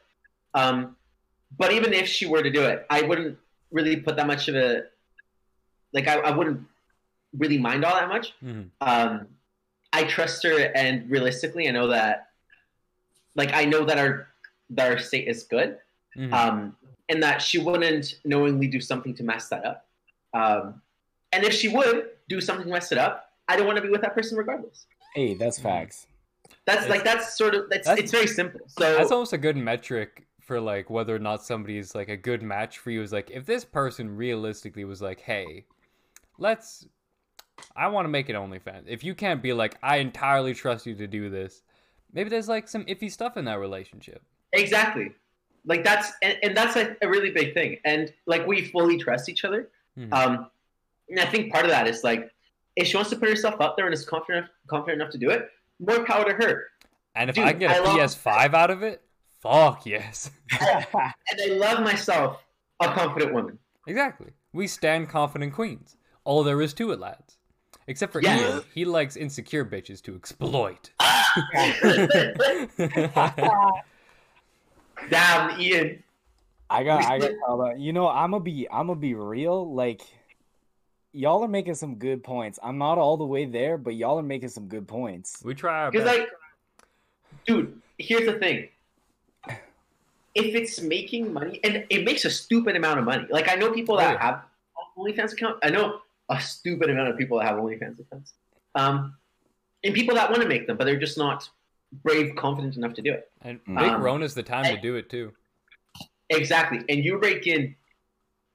[SPEAKER 3] Um, but even if she were to do it, I wouldn't really put that much of a like. I, I wouldn't really mind all that much.
[SPEAKER 1] Mhm.
[SPEAKER 3] Um, I trust her, and realistically, I know that. Like I know that our that our state is good.
[SPEAKER 1] Mhm.
[SPEAKER 3] Um, and that she wouldn't knowingly do something to mess that up. Um, and if she would do something to mess it up, I don't want to be with that person regardless.
[SPEAKER 2] Hey, that's facts.
[SPEAKER 3] That's
[SPEAKER 1] It's-
[SPEAKER 3] like that's sort of that's,
[SPEAKER 1] That's-
[SPEAKER 3] it's very simple.
[SPEAKER 1] That's
[SPEAKER 3] So
[SPEAKER 1] almost a good metric for like whether or not somebody is like a good match for you is like if this person realistically was like, hey, let's I want to make it OnlyFans. If you can't be like, I entirely trust you to do this, maybe there's like some iffy stuff in that relationship.
[SPEAKER 3] exactly, like that's and, and that's like a really big thing. And like we fully trust each other.
[SPEAKER 1] Mhm.
[SPEAKER 3] Um, and I think part of that is like if she wants to put herself out there and is confident confident enough to do it, more power to her.
[SPEAKER 1] and if
[SPEAKER 3] dude,
[SPEAKER 1] I can get
[SPEAKER 3] I
[SPEAKER 1] a
[SPEAKER 3] love-
[SPEAKER 1] PS5 out of it, fuck yes. *laughs*
[SPEAKER 2] *laughs*
[SPEAKER 3] And I love myself a
[SPEAKER 1] *laughs*
[SPEAKER 3] confident woman. *laughs*
[SPEAKER 1] Exactly. We stand confident queens. All there is to it, lads. Except for
[SPEAKER 3] Yeah.
[SPEAKER 1] Ian, he likes insecure bitches to
[SPEAKER 3] *laughs*
[SPEAKER 1] exploit. *laughs*
[SPEAKER 3] Damn, Ian.
[SPEAKER 2] I
[SPEAKER 1] *laughs*
[SPEAKER 2] got, I got called out. You know, I'm gonna be, I'm gonna be real. Like, y'all are making some good points. I'm not all the way there, but y'all are making some good points.
[SPEAKER 1] we try our
[SPEAKER 3] Because
[SPEAKER 1] best.
[SPEAKER 3] like, dude, here's the thing. If it's making money, and it makes a stupid amount of money. Like I know people that
[SPEAKER 1] Oh, yeah.
[SPEAKER 3] have OnlyFans account. I know a stupid amount of people that have OnlyFans accounts, um, and people that want to make them, but they're just not brave, confident enough to do it.
[SPEAKER 1] And
[SPEAKER 2] Mm.
[SPEAKER 1] Big
[SPEAKER 3] Um,
[SPEAKER 1] Rona's the time to
[SPEAKER 3] I-
[SPEAKER 1] do it too.
[SPEAKER 3] Exactly, and you rake in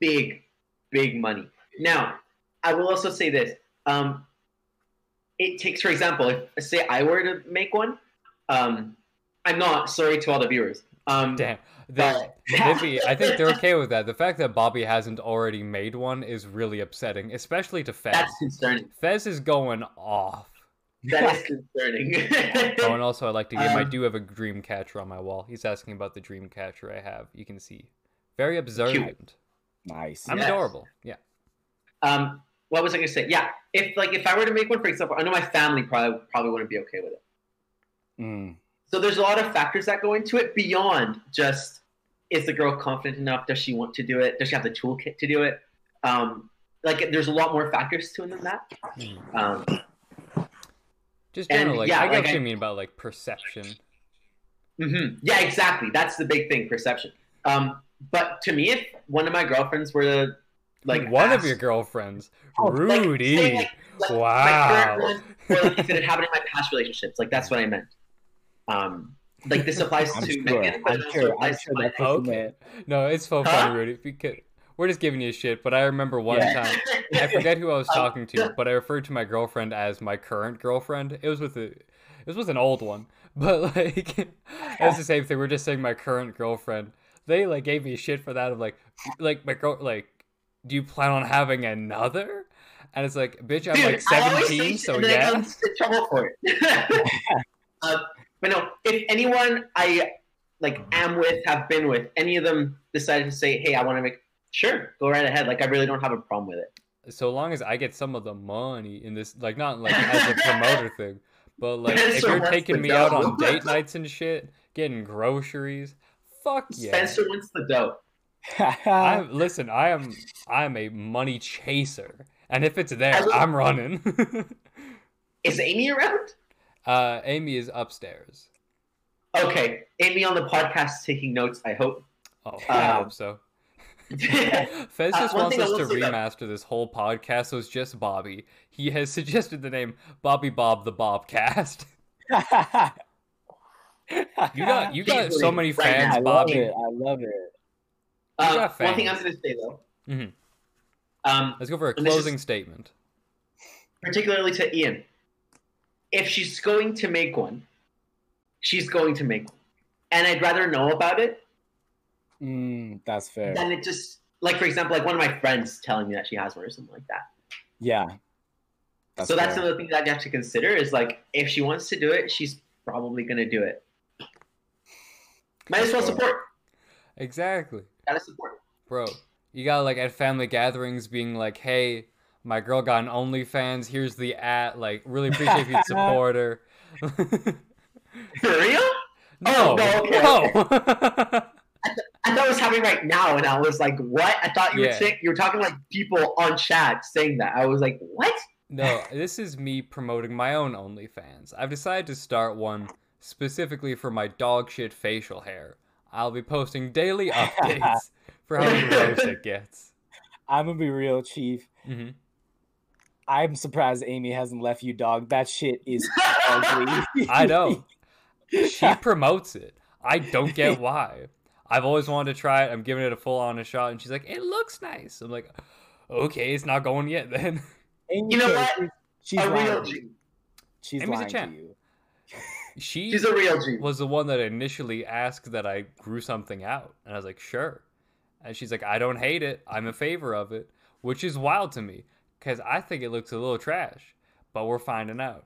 [SPEAKER 3] big, big money. Now, I will also say this. Um, it takes, for example, if say I were to make one, um, I'm not. Sorry to all the viewers. Um,
[SPEAKER 1] Damn. They,
[SPEAKER 3] *laughs* but-
[SPEAKER 1] they'd be- I think they're okay with that. The fact that Bobby hasn't already made one is really upsetting, especially to Fez.
[SPEAKER 3] that's concerning.
[SPEAKER 1] Fez is going off.
[SPEAKER 3] That is concerning. *laughs*
[SPEAKER 1] Oh, and also I'd like to give, I
[SPEAKER 3] Um,
[SPEAKER 1] do have a dream catcher on my wall. He's asking about the dream catcher I have. You can see. Very observant.
[SPEAKER 2] Nice.
[SPEAKER 1] I'm
[SPEAKER 3] Yes.
[SPEAKER 1] adorable. Yeah.
[SPEAKER 3] um, what was I going to say? Yeah, if like if I were to make one, for example, I know my family probably probably wouldn't be okay with it.
[SPEAKER 2] Mm.
[SPEAKER 3] So there's a lot of factors that go into it beyond just is the girl confident enough? Does she want to do it? Does she have the toolkit to do it? Um, like there's a lot more factors to it than that.
[SPEAKER 2] Hmm.
[SPEAKER 3] Um,
[SPEAKER 1] Just
[SPEAKER 3] And,
[SPEAKER 1] generally, like,
[SPEAKER 3] yeah,
[SPEAKER 1] I get
[SPEAKER 3] like
[SPEAKER 1] what
[SPEAKER 3] I-
[SPEAKER 1] you mean about like perception.
[SPEAKER 3] hmm Yeah, exactly. That's the big thing, perception. Um, but to me, if one of my girlfriends were to like
[SPEAKER 1] one
[SPEAKER 3] ask-
[SPEAKER 1] of your girlfriends,
[SPEAKER 2] Oh,
[SPEAKER 3] like, say,
[SPEAKER 1] Rudy.
[SPEAKER 3] like, like,
[SPEAKER 1] wow.
[SPEAKER 3] My current one, or like, did it happen in my past relationships? Like that's what I meant. Um, like this applies
[SPEAKER 2] I'm
[SPEAKER 3] to
[SPEAKER 2] sure.
[SPEAKER 3] men, but
[SPEAKER 2] I'm
[SPEAKER 3] it also
[SPEAKER 2] sure. I'm
[SPEAKER 3] applies
[SPEAKER 2] sure
[SPEAKER 3] to
[SPEAKER 2] that's what you
[SPEAKER 1] okay.
[SPEAKER 2] meant.
[SPEAKER 1] No, it's so
[SPEAKER 3] Huh?
[SPEAKER 1] funny, Rudy. Because we're just giving you shit. But I remember one
[SPEAKER 3] *laughs*
[SPEAKER 2] Yeah.
[SPEAKER 1] time, I forget who I
[SPEAKER 3] Um,
[SPEAKER 1] was talking to, but I referred to my girlfriend as my current girlfriend. It was with a, it was with an old one. *laughs* But like, it was the same thing. We're just saying my current girlfriend. They like gave me shit for that. Of like, like my girl, like, do you plan on having another? And it's like, bitch, I'm
[SPEAKER 3] Dude,
[SPEAKER 1] like
[SPEAKER 3] I always say
[SPEAKER 1] 17,
[SPEAKER 3] shit
[SPEAKER 1] so
[SPEAKER 3] and then I
[SPEAKER 1] yeah.
[SPEAKER 3] get in trouble for it. *laughs* Uh, but no, if anyone I like am with, have been with, any of them decided to say, "Hey, I want to make," sure, go right ahead. Like I really don't have a problem with it.
[SPEAKER 1] so long as I get some of the money in this, like not like as a
[SPEAKER 3] *laughs*
[SPEAKER 1] promoter thing, but like if
[SPEAKER 3] Spencer
[SPEAKER 1] you're
[SPEAKER 3] wants the
[SPEAKER 1] taking me out
[SPEAKER 3] dough.
[SPEAKER 1] on date nights and shit, getting groceries, fuck yeah.
[SPEAKER 3] Spencer wants the dough.
[SPEAKER 1] I listen. I am I am a money chaser, and if it's there,
[SPEAKER 3] I love-
[SPEAKER 1] I'm running. *laughs*
[SPEAKER 3] Is Amy around?
[SPEAKER 1] uh, Amy is upstairs.
[SPEAKER 3] Okay, Amy on the podcast taking notes. I hope. *laughs*
[SPEAKER 1] Oh, I
[SPEAKER 3] Uh,
[SPEAKER 1] hope so. Fez
[SPEAKER 3] *laughs* Uh,
[SPEAKER 1] just
[SPEAKER 3] one
[SPEAKER 1] wants
[SPEAKER 3] thing I
[SPEAKER 1] us
[SPEAKER 3] will
[SPEAKER 1] to
[SPEAKER 3] say that-
[SPEAKER 1] remaster this whole podcast, so it's just Bobby. He has *laughs* suggested the name Bobby Bob the Bobcast. *laughs*
[SPEAKER 2] *laughs*
[SPEAKER 1] You got you got so
[SPEAKER 3] Easily,
[SPEAKER 1] many
[SPEAKER 3] Uh, right now.
[SPEAKER 1] fans,
[SPEAKER 2] I love
[SPEAKER 1] Bobby.
[SPEAKER 2] it. I love it.
[SPEAKER 1] You
[SPEAKER 3] Uh,
[SPEAKER 1] got
[SPEAKER 3] one thing I'm
[SPEAKER 1] fans.
[SPEAKER 3] going to say though,
[SPEAKER 1] Mhm.
[SPEAKER 3] um,
[SPEAKER 1] Let's go for a
[SPEAKER 3] And this is-
[SPEAKER 1] closing statement.
[SPEAKER 3] particularly to Ian, if she's going to make one, she's going to make one, and I'd rather know about it
[SPEAKER 2] Mm, that's fair.
[SPEAKER 3] than it just like for example, like one of my friends telling me that she has one or something like that.
[SPEAKER 2] Yeah.
[SPEAKER 3] so that's
[SPEAKER 2] fair.
[SPEAKER 3] another thing that you have to consider is like if she wants to do it, she's probably going to do it. Might as well
[SPEAKER 2] That's fair.
[SPEAKER 3] support.
[SPEAKER 1] Exactly.
[SPEAKER 3] Gotta support.
[SPEAKER 1] Bro, you gotta like at family gatherings being like, hey, my girl got an OnlyFans, here's the at, like, really appreciate if you'd support her. *laughs*
[SPEAKER 3] For real?
[SPEAKER 1] no,
[SPEAKER 3] Oh, no, okay.
[SPEAKER 1] no. *laughs*
[SPEAKER 3] I thought it was happening right now, and I was like, "What?" I thought you were
[SPEAKER 1] Yeah.
[SPEAKER 3] saying you were talking like people on chat saying that. I was like, "What?" *laughs*
[SPEAKER 1] no, this is me promoting my own OnlyFans. I've decided to start one specifically for my dog shit facial hair. I'll be posting
[SPEAKER 3] *laughs*
[SPEAKER 1] daily updates for how gross it gets.
[SPEAKER 2] I'm gonna be real, Chief.
[SPEAKER 1] hmm
[SPEAKER 2] I'm surprised Amy hasn't left you, dog. That shit
[SPEAKER 1] *laughs*
[SPEAKER 2] is ugly.
[SPEAKER 1] I
[SPEAKER 2] *laughs*
[SPEAKER 1] know. She promotes it. I don't
[SPEAKER 3] *laughs*
[SPEAKER 1] get why. I've always wanted to try it. I'm giving it a full on a shot, and she's like, "It looks nice." I'm like, "Okay, it's not going yet then." *laughs*
[SPEAKER 2] Amy
[SPEAKER 3] You know
[SPEAKER 2] says
[SPEAKER 3] what?
[SPEAKER 2] She's
[SPEAKER 3] a
[SPEAKER 2] lying
[SPEAKER 3] real
[SPEAKER 2] to
[SPEAKER 3] G.
[SPEAKER 2] you. She's
[SPEAKER 1] Amy's a
[SPEAKER 2] lying
[SPEAKER 1] champ.
[SPEAKER 2] to you.
[SPEAKER 1] She
[SPEAKER 3] She's a real G.
[SPEAKER 1] was the one that initially asked that I grew something out, and I was like, "Sure." And she's like, "I don't hate it. I'm in favor of it," which is wild to me because I think it looks a little trash, but we're finding out.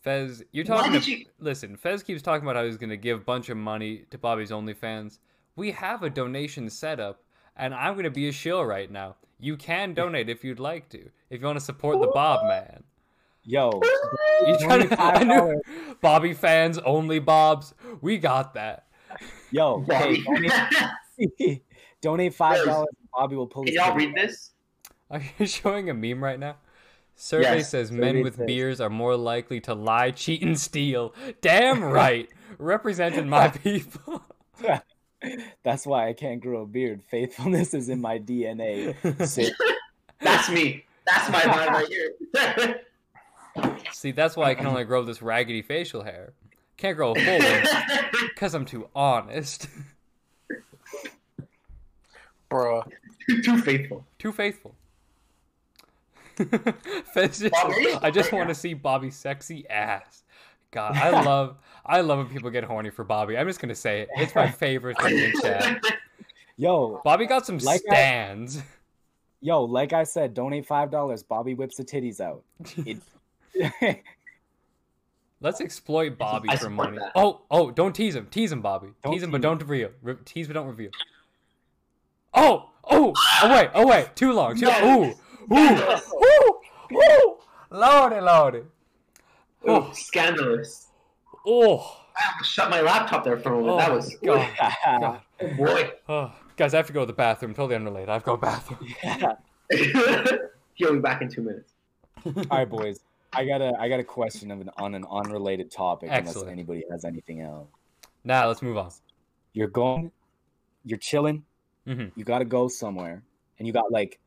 [SPEAKER 1] Fez, you're
[SPEAKER 3] Why
[SPEAKER 1] talking.
[SPEAKER 3] did
[SPEAKER 1] ab-
[SPEAKER 3] you-
[SPEAKER 1] Listen, Fez keeps talking about how he's going to give a bunch of money to Bobby's OnlyFans. We have a donation set up, and I'm going to be a shill right now. You can donate if you'd like to, if you want to support the Bob Man.
[SPEAKER 2] Yo,
[SPEAKER 1] You
[SPEAKER 2] It's
[SPEAKER 1] trying
[SPEAKER 2] only
[SPEAKER 1] to? *laughs* I knew
[SPEAKER 2] $5.
[SPEAKER 1] Bobby fans only Bobs. We got that. *laughs*
[SPEAKER 3] *laughs*
[SPEAKER 2] yo, Oh, hey,
[SPEAKER 3] Bobby. *laughs*
[SPEAKER 2] donate, *laughs* donate five dollars. Bobby will pull.
[SPEAKER 3] Can
[SPEAKER 2] his
[SPEAKER 3] y'all
[SPEAKER 2] titty
[SPEAKER 3] read
[SPEAKER 2] out.
[SPEAKER 3] this?
[SPEAKER 1] Are you showing a meme right now? Survey
[SPEAKER 3] Yes.
[SPEAKER 1] says
[SPEAKER 2] Survey
[SPEAKER 1] men with
[SPEAKER 2] says-
[SPEAKER 1] beards are more likely to lie, cheat, and steal. Damn right, representing
[SPEAKER 2] *laughs*
[SPEAKER 1] my people.
[SPEAKER 2] That's why I can't grow a beard. *laughs* Faithfulness is in my DNA.
[SPEAKER 3] *laughs*
[SPEAKER 2] Sick.
[SPEAKER 3] That's me. That's my line right here.
[SPEAKER 1] See, that's why I can only grow this raggedy facial hair. Can't grow a full one because I'm too honest, *laughs*
[SPEAKER 4] Bruh.
[SPEAKER 3] Too faithful.
[SPEAKER 1] too faithful. *laughs* Fez just-
[SPEAKER 3] Bobby?
[SPEAKER 1] I just want to see Bobby's sexy ass. God, I love, I love when people get horny for Bobby. I'm just gonna say it. It's my favorite thing in chat.
[SPEAKER 2] Yo,
[SPEAKER 1] Bobby got some
[SPEAKER 2] Like I-
[SPEAKER 1] stands.
[SPEAKER 2] yo, like I said, donate five dollars. Bobby whips the titties out.
[SPEAKER 3] *laughs*
[SPEAKER 2] *laughs* It-
[SPEAKER 1] Let's exploit Bobby
[SPEAKER 3] I
[SPEAKER 1] for
[SPEAKER 3] support
[SPEAKER 1] money.
[SPEAKER 3] that.
[SPEAKER 1] Oh, oh, don't tease him. Tease him, Bobby.
[SPEAKER 2] Don't
[SPEAKER 1] tease him, but
[SPEAKER 2] tease.
[SPEAKER 1] don't reveal. Re- tease, but don't reveal. Oh, oh, away, away. Too long. Too long. Ooh,
[SPEAKER 3] *laughs* Yes.
[SPEAKER 1] ooh, ooh, ooh. Lordy, lordy.
[SPEAKER 3] Oh, scandalous.
[SPEAKER 1] Oh,
[SPEAKER 3] I almost shut my laptop there for a moment.
[SPEAKER 1] oh
[SPEAKER 3] that was
[SPEAKER 1] God, God.
[SPEAKER 3] Oh, boy. *laughs*
[SPEAKER 1] Oh, guys, I have to go to the bathroom. Totally unrelated. I've got a bathroom.
[SPEAKER 3] He'll be back in two minutes.
[SPEAKER 2] All right, boys. I got a I got a question of an on an unrelated topic.
[SPEAKER 1] Excellent.
[SPEAKER 2] Unless anybody has anything else,
[SPEAKER 1] Now let's move on.
[SPEAKER 2] you're going, you're chilling.
[SPEAKER 1] Mhm.
[SPEAKER 2] You got to go somewhere, and you got like,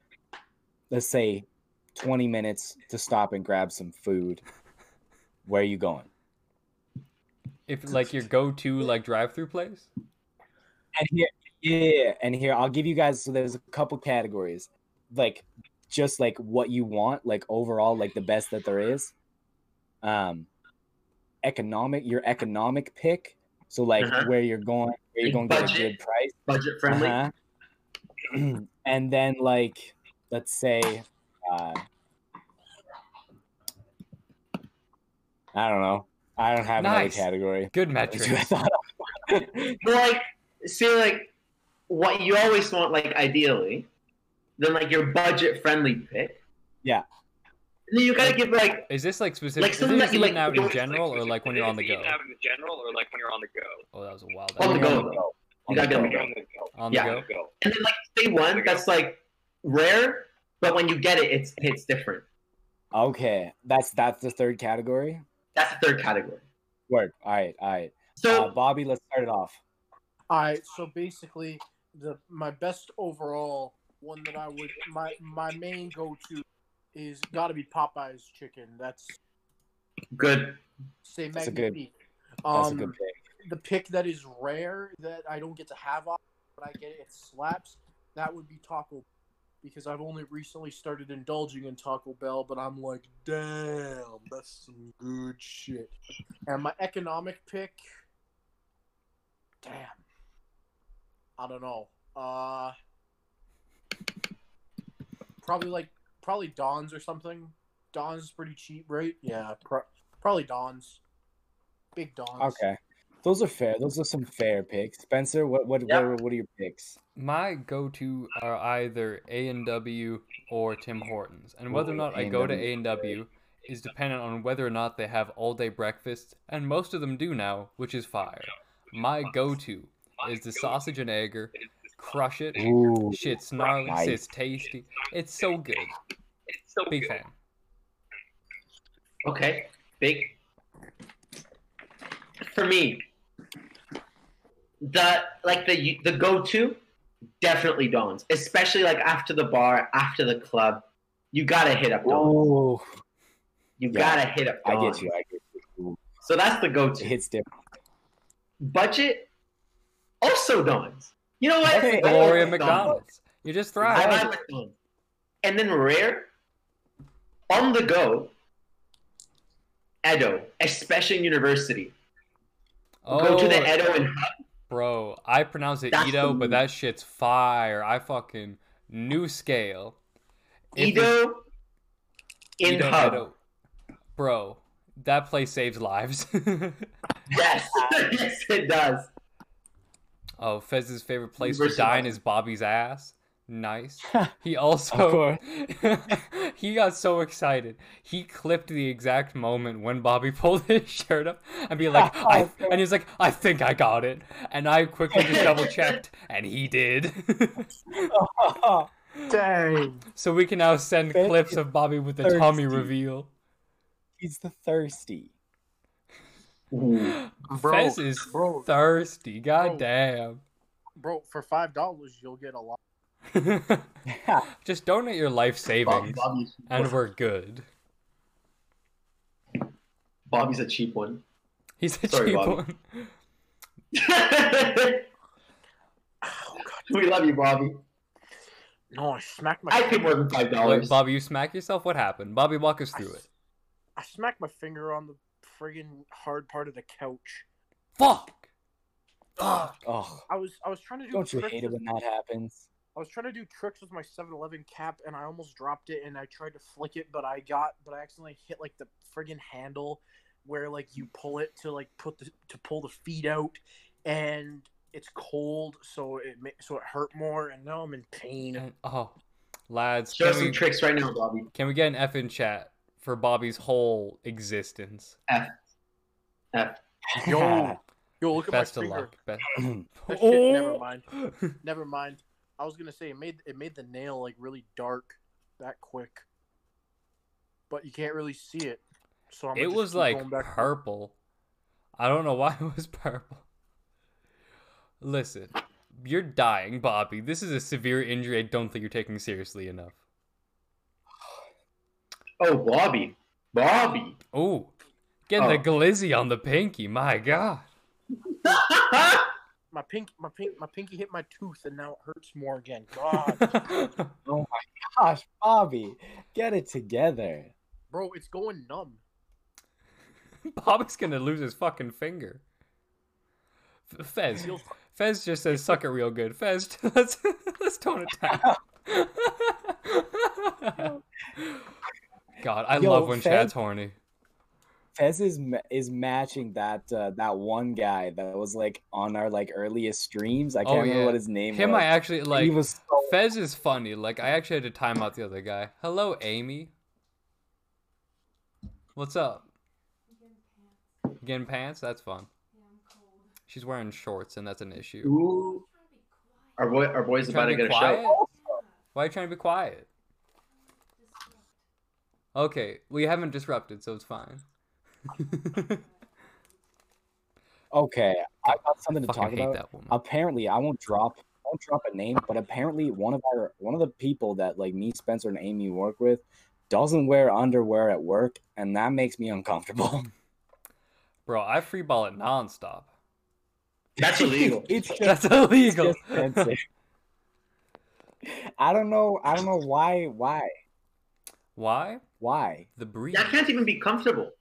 [SPEAKER 2] let's say, twenty minutes to stop and grab some food. Where are you going?
[SPEAKER 1] If like your go-to like drive-through place.
[SPEAKER 2] and here, yeah, and here I'll give you guys. So there's a couple categories, like just like what you want, like overall, like the best that there is. Um, economic, your economic pick. So like
[SPEAKER 3] Uh-huh.
[SPEAKER 2] where you're going, where you're going
[SPEAKER 3] Like
[SPEAKER 2] to get a
[SPEAKER 3] budget,
[SPEAKER 2] good price.
[SPEAKER 3] Budget friendly.
[SPEAKER 2] Uh-huh. *clears throat* and then like let's say uh I don't know. I don't have
[SPEAKER 1] Nice.
[SPEAKER 2] another category.
[SPEAKER 1] Good
[SPEAKER 2] That's what I
[SPEAKER 1] metric.
[SPEAKER 2] thought
[SPEAKER 3] But like, see, like, what you always want, like, ideally, then like your budget friendly pick.
[SPEAKER 2] Yeah.
[SPEAKER 3] And then you gotta give like
[SPEAKER 1] Is this like specific?
[SPEAKER 3] like
[SPEAKER 1] is
[SPEAKER 3] something
[SPEAKER 1] this
[SPEAKER 3] that you
[SPEAKER 1] eating
[SPEAKER 3] like
[SPEAKER 1] out in
[SPEAKER 3] you always-
[SPEAKER 1] general, or like when you're on the go?
[SPEAKER 5] Out in general, or like when you're on the go.
[SPEAKER 1] Oh, that was a wild.
[SPEAKER 3] On the
[SPEAKER 1] idea.
[SPEAKER 3] go. You
[SPEAKER 2] On the
[SPEAKER 3] gotta get
[SPEAKER 2] go.
[SPEAKER 3] on the go.
[SPEAKER 1] On the
[SPEAKER 3] Yeah.
[SPEAKER 1] go.
[SPEAKER 3] And then like say one that's like rare, but when you get it, it's it's different.
[SPEAKER 2] *laughs* Okay, that's that's the third category.
[SPEAKER 3] That's the third category.
[SPEAKER 2] Word. All right, all right. Uh,
[SPEAKER 3] So
[SPEAKER 2] Bobby, let's start it off.
[SPEAKER 4] Alright, so basically the my best overall one that I would my my main go to is gotta be Popeye's chicken. That's
[SPEAKER 3] good.
[SPEAKER 4] say
[SPEAKER 2] That's a good-
[SPEAKER 4] magnifique.
[SPEAKER 2] That's
[SPEAKER 4] Um,
[SPEAKER 2] a good pick.
[SPEAKER 4] the pick that is rare that I don't get to have on, but I get it, it slaps. That would be Taco Bell, because I've only recently started indulging in Taco Bell, but I'm like, damn, that's some good shit. And my economic pick, damn, I don't know. Uh, probably like probably Don's or something. Don's is pretty cheap, right? Yeah, pro- probably Don's. Big Don's.
[SPEAKER 2] Okay, those are fair. Those are some fair picks. Spencer, what what
[SPEAKER 3] Yeah.
[SPEAKER 2] what, are- what are your picks?
[SPEAKER 1] My go-to are either A and W or Tim Hortons, and whether or
[SPEAKER 2] Ooh,
[SPEAKER 1] not I go to A
[SPEAKER 2] A&W.
[SPEAKER 1] and W is dependent on whether or not they have all-day breakfasts, and most of them do now, which is fire. My go-to is the sausage and egg, crush it.
[SPEAKER 2] Ooh,
[SPEAKER 1] Shit's gnarly,
[SPEAKER 2] Nice.
[SPEAKER 1] shit's tasty, it's so good.
[SPEAKER 5] It's so
[SPEAKER 1] Big
[SPEAKER 5] good.
[SPEAKER 1] fan.
[SPEAKER 3] Okay. Big. For me, the like the the go to definitely Don's, especially like after the bar, after the club. You gotta hit up Don's.
[SPEAKER 2] Oh,
[SPEAKER 3] You
[SPEAKER 2] Yeah.
[SPEAKER 3] gotta hit up.
[SPEAKER 2] I
[SPEAKER 3] Don's.
[SPEAKER 2] get you. I get you.
[SPEAKER 3] So that's the go
[SPEAKER 2] It
[SPEAKER 3] to.
[SPEAKER 2] hits different. *laughs*
[SPEAKER 3] Budget also Don's. You know what?
[SPEAKER 2] Okay,
[SPEAKER 3] I
[SPEAKER 2] Gloria
[SPEAKER 1] Gloria
[SPEAKER 3] like Don's.
[SPEAKER 1] McDonald's. You just
[SPEAKER 3] I
[SPEAKER 1] thrive.
[SPEAKER 3] like McDonald's. And then rare on the go. Edo, especially in university.
[SPEAKER 1] Oh,
[SPEAKER 3] Go to the Edo and
[SPEAKER 1] bro, I pronounce it
[SPEAKER 3] That's
[SPEAKER 1] Edo,
[SPEAKER 3] the
[SPEAKER 1] but
[SPEAKER 3] move.
[SPEAKER 1] that shit's fire. I fucking new scale. If it's
[SPEAKER 3] Edo in
[SPEAKER 1] Edo,
[SPEAKER 3] hub.
[SPEAKER 1] Edo- bro, that place saves lives. *laughs*
[SPEAKER 3] *laughs* Yes, *laughs* yes, it does.
[SPEAKER 1] oh, Fez's favorite place to
[SPEAKER 3] Universal
[SPEAKER 1] dine
[SPEAKER 3] Life.
[SPEAKER 1] is Bobby's ass. Nice.
[SPEAKER 2] *laughs* Of
[SPEAKER 1] He also *laughs* he got so excited. He clipped the exact moment when Bobby *laughs* pulled his shirt up and be like,
[SPEAKER 2] *laughs*
[SPEAKER 1] I, and he's like, I think I got it. And I quickly just double
[SPEAKER 2] *laughs*
[SPEAKER 1] checked, and he did. *laughs*
[SPEAKER 4] Dang.
[SPEAKER 1] so we can now send
[SPEAKER 2] Fez
[SPEAKER 1] clips
[SPEAKER 2] is
[SPEAKER 1] of Bobby with the Tommy
[SPEAKER 2] thirsty.
[SPEAKER 1] reveal.
[SPEAKER 2] He's the thirsty. *laughs*
[SPEAKER 4] Bro,
[SPEAKER 1] Fez is
[SPEAKER 4] bro.
[SPEAKER 1] thirsty. God
[SPEAKER 4] Bro, for five dollars you'll get a lot.
[SPEAKER 1] damn. *laughs* just donate your life
[SPEAKER 3] Bob-
[SPEAKER 1] savings,
[SPEAKER 3] Bobby's,
[SPEAKER 1] and we're good.
[SPEAKER 3] Bobby's a cheap one.
[SPEAKER 1] He's a
[SPEAKER 3] Sorry,
[SPEAKER 1] cheap
[SPEAKER 3] Bobby.
[SPEAKER 1] one.
[SPEAKER 3] *laughs* we love you, Bobby.
[SPEAKER 4] *sighs* No, I smacked my.
[SPEAKER 3] I pay more than five
[SPEAKER 1] Wait,
[SPEAKER 3] dollars.
[SPEAKER 1] Bobby, you smack yourself? What happened? Bobby, walk us
[SPEAKER 4] I
[SPEAKER 1] through it.
[SPEAKER 4] s- I smacked my finger on the friggin' hard part of the couch.
[SPEAKER 1] Fuck!
[SPEAKER 4] Ugh.
[SPEAKER 2] Oh,
[SPEAKER 4] I was I was trying to do
[SPEAKER 2] don't you
[SPEAKER 4] tricks
[SPEAKER 2] hate it
[SPEAKER 4] with-
[SPEAKER 2] when that happens? *laughs*
[SPEAKER 4] I was trying to do tricks with my 7-Eleven cap, and I almost dropped it, and I tried to flick it, but I got, but I accidentally hit like the friggin' handle, where like you pull it to like put the to pull the feet out, and it's cold, so it ma- so it hurt more, and now I'm in
[SPEAKER 2] *laughs*
[SPEAKER 4] pain.
[SPEAKER 1] And- oh, lads,
[SPEAKER 3] Show
[SPEAKER 1] can
[SPEAKER 3] us
[SPEAKER 1] we,
[SPEAKER 3] some tricks right now, Bobby.
[SPEAKER 1] can we get an F in chat for Bobby's whole existence?
[SPEAKER 4] Yo, yo, look at
[SPEAKER 1] Best
[SPEAKER 4] my
[SPEAKER 1] of
[SPEAKER 4] finger.
[SPEAKER 1] luck. Best.
[SPEAKER 4] *clears throat* That
[SPEAKER 1] *clears throat*
[SPEAKER 4] shit, never mind.
[SPEAKER 1] Oh!
[SPEAKER 4] Never mind. I was gonna say it made it made the nail like really dark that quick, but you can't really see it. So I'm gonna
[SPEAKER 1] It
[SPEAKER 4] just
[SPEAKER 1] was
[SPEAKER 4] keep
[SPEAKER 1] like
[SPEAKER 4] going back.
[SPEAKER 1] purple. I don't know why *laughs* it was purple. Listen, you're dying, Bobby. This is a severe injury I don't think you're taking seriously enough.
[SPEAKER 3] Oh, Bobby, Bobby. *laughs*
[SPEAKER 1] Oh, getting the
[SPEAKER 3] Oh.
[SPEAKER 1] glizzy on the pinky. My God.
[SPEAKER 4] my pink my pink my pinky hit my tooth and now it hurts more again. God, *laughs*
[SPEAKER 1] *laughs*
[SPEAKER 2] Oh my gosh, Bobby, get it together.
[SPEAKER 4] bro, it's going numb.
[SPEAKER 1] Bobby's gonna lose his fucking finger. F- Fez, *laughs*
[SPEAKER 4] Feels-
[SPEAKER 1] Fez just says suck it real good. Fez, *laughs* let's let's tone it down. God, I
[SPEAKER 2] Yo,
[SPEAKER 1] love when
[SPEAKER 2] Fez-
[SPEAKER 1] Chad's horny.
[SPEAKER 2] Fez is ma- is matching that uh, that one guy that was like on our like earliest streams. I
[SPEAKER 1] Oh,
[SPEAKER 2] can't remember
[SPEAKER 1] yeah.
[SPEAKER 2] what his name
[SPEAKER 1] Him,
[SPEAKER 2] was.
[SPEAKER 1] I actually like.
[SPEAKER 2] he was so
[SPEAKER 1] Fez is funny. Like I actually had to time out the other guy. Hello, Amy. What's up? Getting pants? That's fun. She's wearing shorts, and that's an issue.
[SPEAKER 3] Ooh, our boy, our boy's
[SPEAKER 1] You
[SPEAKER 3] about
[SPEAKER 1] trying to
[SPEAKER 3] to get
[SPEAKER 1] be
[SPEAKER 3] a
[SPEAKER 1] quiet?
[SPEAKER 3] shout.
[SPEAKER 1] Why are you trying to be quiet? Okay, we haven't disrupted, so it's fine.
[SPEAKER 2] okay. I got something to
[SPEAKER 1] Fucking
[SPEAKER 2] talk
[SPEAKER 1] hate
[SPEAKER 2] about.
[SPEAKER 1] that woman.
[SPEAKER 2] Apparently, I won't drop I won't drop a name, but apparently one of our one of the people that like me, Spencer, and Amy work with doesn't wear underwear at work, and that makes me uncomfortable. *laughs*
[SPEAKER 1] Bro, I freeball it nonstop.
[SPEAKER 3] That's illegal.
[SPEAKER 1] *laughs*
[SPEAKER 2] it's just
[SPEAKER 1] That's illegal.
[SPEAKER 2] It's just offensive. I don't know. I don't know why. Why?
[SPEAKER 1] Why?
[SPEAKER 2] Why?
[SPEAKER 1] The breeze.
[SPEAKER 3] That can't even be comfortable.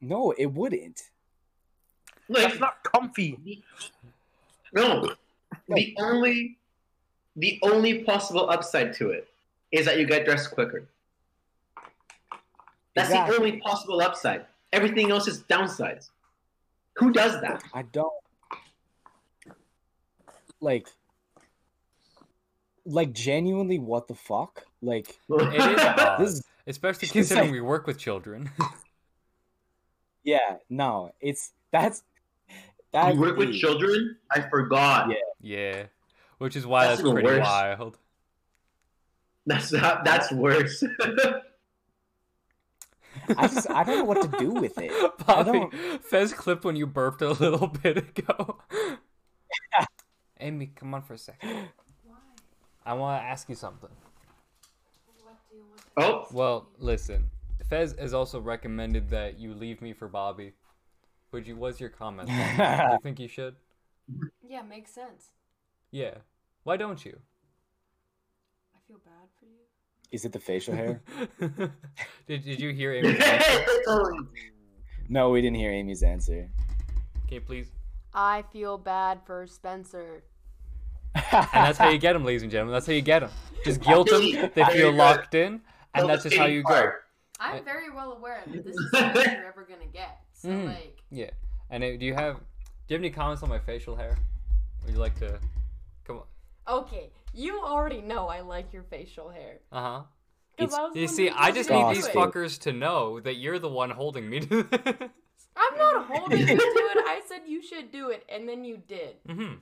[SPEAKER 2] No, it wouldn't.
[SPEAKER 3] Like,
[SPEAKER 4] That's not comfy.
[SPEAKER 3] no. The only, the only possible upside to it is that you get dressed quicker. That's
[SPEAKER 2] Exactly.
[SPEAKER 3] the only possible upside. Everything else is downsides. Who does that?
[SPEAKER 2] I don't like. Like genuinely, what the fuck? Like
[SPEAKER 1] It
[SPEAKER 3] *laughs*
[SPEAKER 1] is odd,
[SPEAKER 2] this? Is, *laughs*
[SPEAKER 1] especially
[SPEAKER 2] It's
[SPEAKER 1] considering
[SPEAKER 2] like-
[SPEAKER 1] we work with children. *laughs*
[SPEAKER 2] yeah, no, it's that's that.
[SPEAKER 3] You work with
[SPEAKER 2] is-
[SPEAKER 3] children? I forgot.
[SPEAKER 2] Yeah.
[SPEAKER 1] yeah, which is why
[SPEAKER 3] That's
[SPEAKER 1] that's,
[SPEAKER 3] even
[SPEAKER 1] pretty
[SPEAKER 3] worse.
[SPEAKER 1] wild.
[SPEAKER 3] That's not, that's worse. *laughs*
[SPEAKER 2] I just I don't
[SPEAKER 1] *laughs*
[SPEAKER 2] know what to do with it. *laughs*
[SPEAKER 1] Bobby, Fez clipped when you burped a little bit ago. Amy, come on for a second. I want to ask you something. *laughs*
[SPEAKER 3] Oh,
[SPEAKER 1] Well, listen. Fez has also recommended that you leave me for Bobby. Which you- was your comment. Bobby?
[SPEAKER 2] *laughs*
[SPEAKER 1] Do you think you should?
[SPEAKER 6] Yeah, makes sense.
[SPEAKER 1] Yeah. Why don't you? *laughs*
[SPEAKER 6] I feel bad for you.
[SPEAKER 2] Is it the facial hair?
[SPEAKER 1] did, did you hear
[SPEAKER 2] *laughs*
[SPEAKER 1] Amy? Can
[SPEAKER 3] I
[SPEAKER 2] no, we didn't hear Amy's answer.
[SPEAKER 1] you please?
[SPEAKER 6] I feel bad for Spencer.
[SPEAKER 1] And that's how you get them, ladies and gentlemen. That's how you get them.
[SPEAKER 2] *laughs*
[SPEAKER 1] Just guilt them. They
[SPEAKER 3] There you
[SPEAKER 1] feel
[SPEAKER 3] go.
[SPEAKER 1] locked in, and that's just how you go. I-
[SPEAKER 6] I'm very well aware
[SPEAKER 1] *laughs*
[SPEAKER 6] that this is the best you're ever gonna get. So
[SPEAKER 1] Mhm.
[SPEAKER 6] like,
[SPEAKER 1] Yeah. And uh, do you have do you have any comments on my facial hair? Would you like to? Come on.
[SPEAKER 6] okay, you already know I like your facial hair.
[SPEAKER 1] Uh huh.
[SPEAKER 6] 'Cause
[SPEAKER 2] It's-
[SPEAKER 6] I was the
[SPEAKER 1] You
[SPEAKER 6] one
[SPEAKER 1] see,
[SPEAKER 6] who
[SPEAKER 1] I
[SPEAKER 6] told
[SPEAKER 1] just
[SPEAKER 6] you to
[SPEAKER 1] need
[SPEAKER 6] do
[SPEAKER 1] these
[SPEAKER 6] it.
[SPEAKER 1] fuckers to know that you're the one holding me *laughs* Mm-hmm. to this.
[SPEAKER 6] I'm not holding you to it. I said you should do it, and then you did.
[SPEAKER 1] Mm-hmm.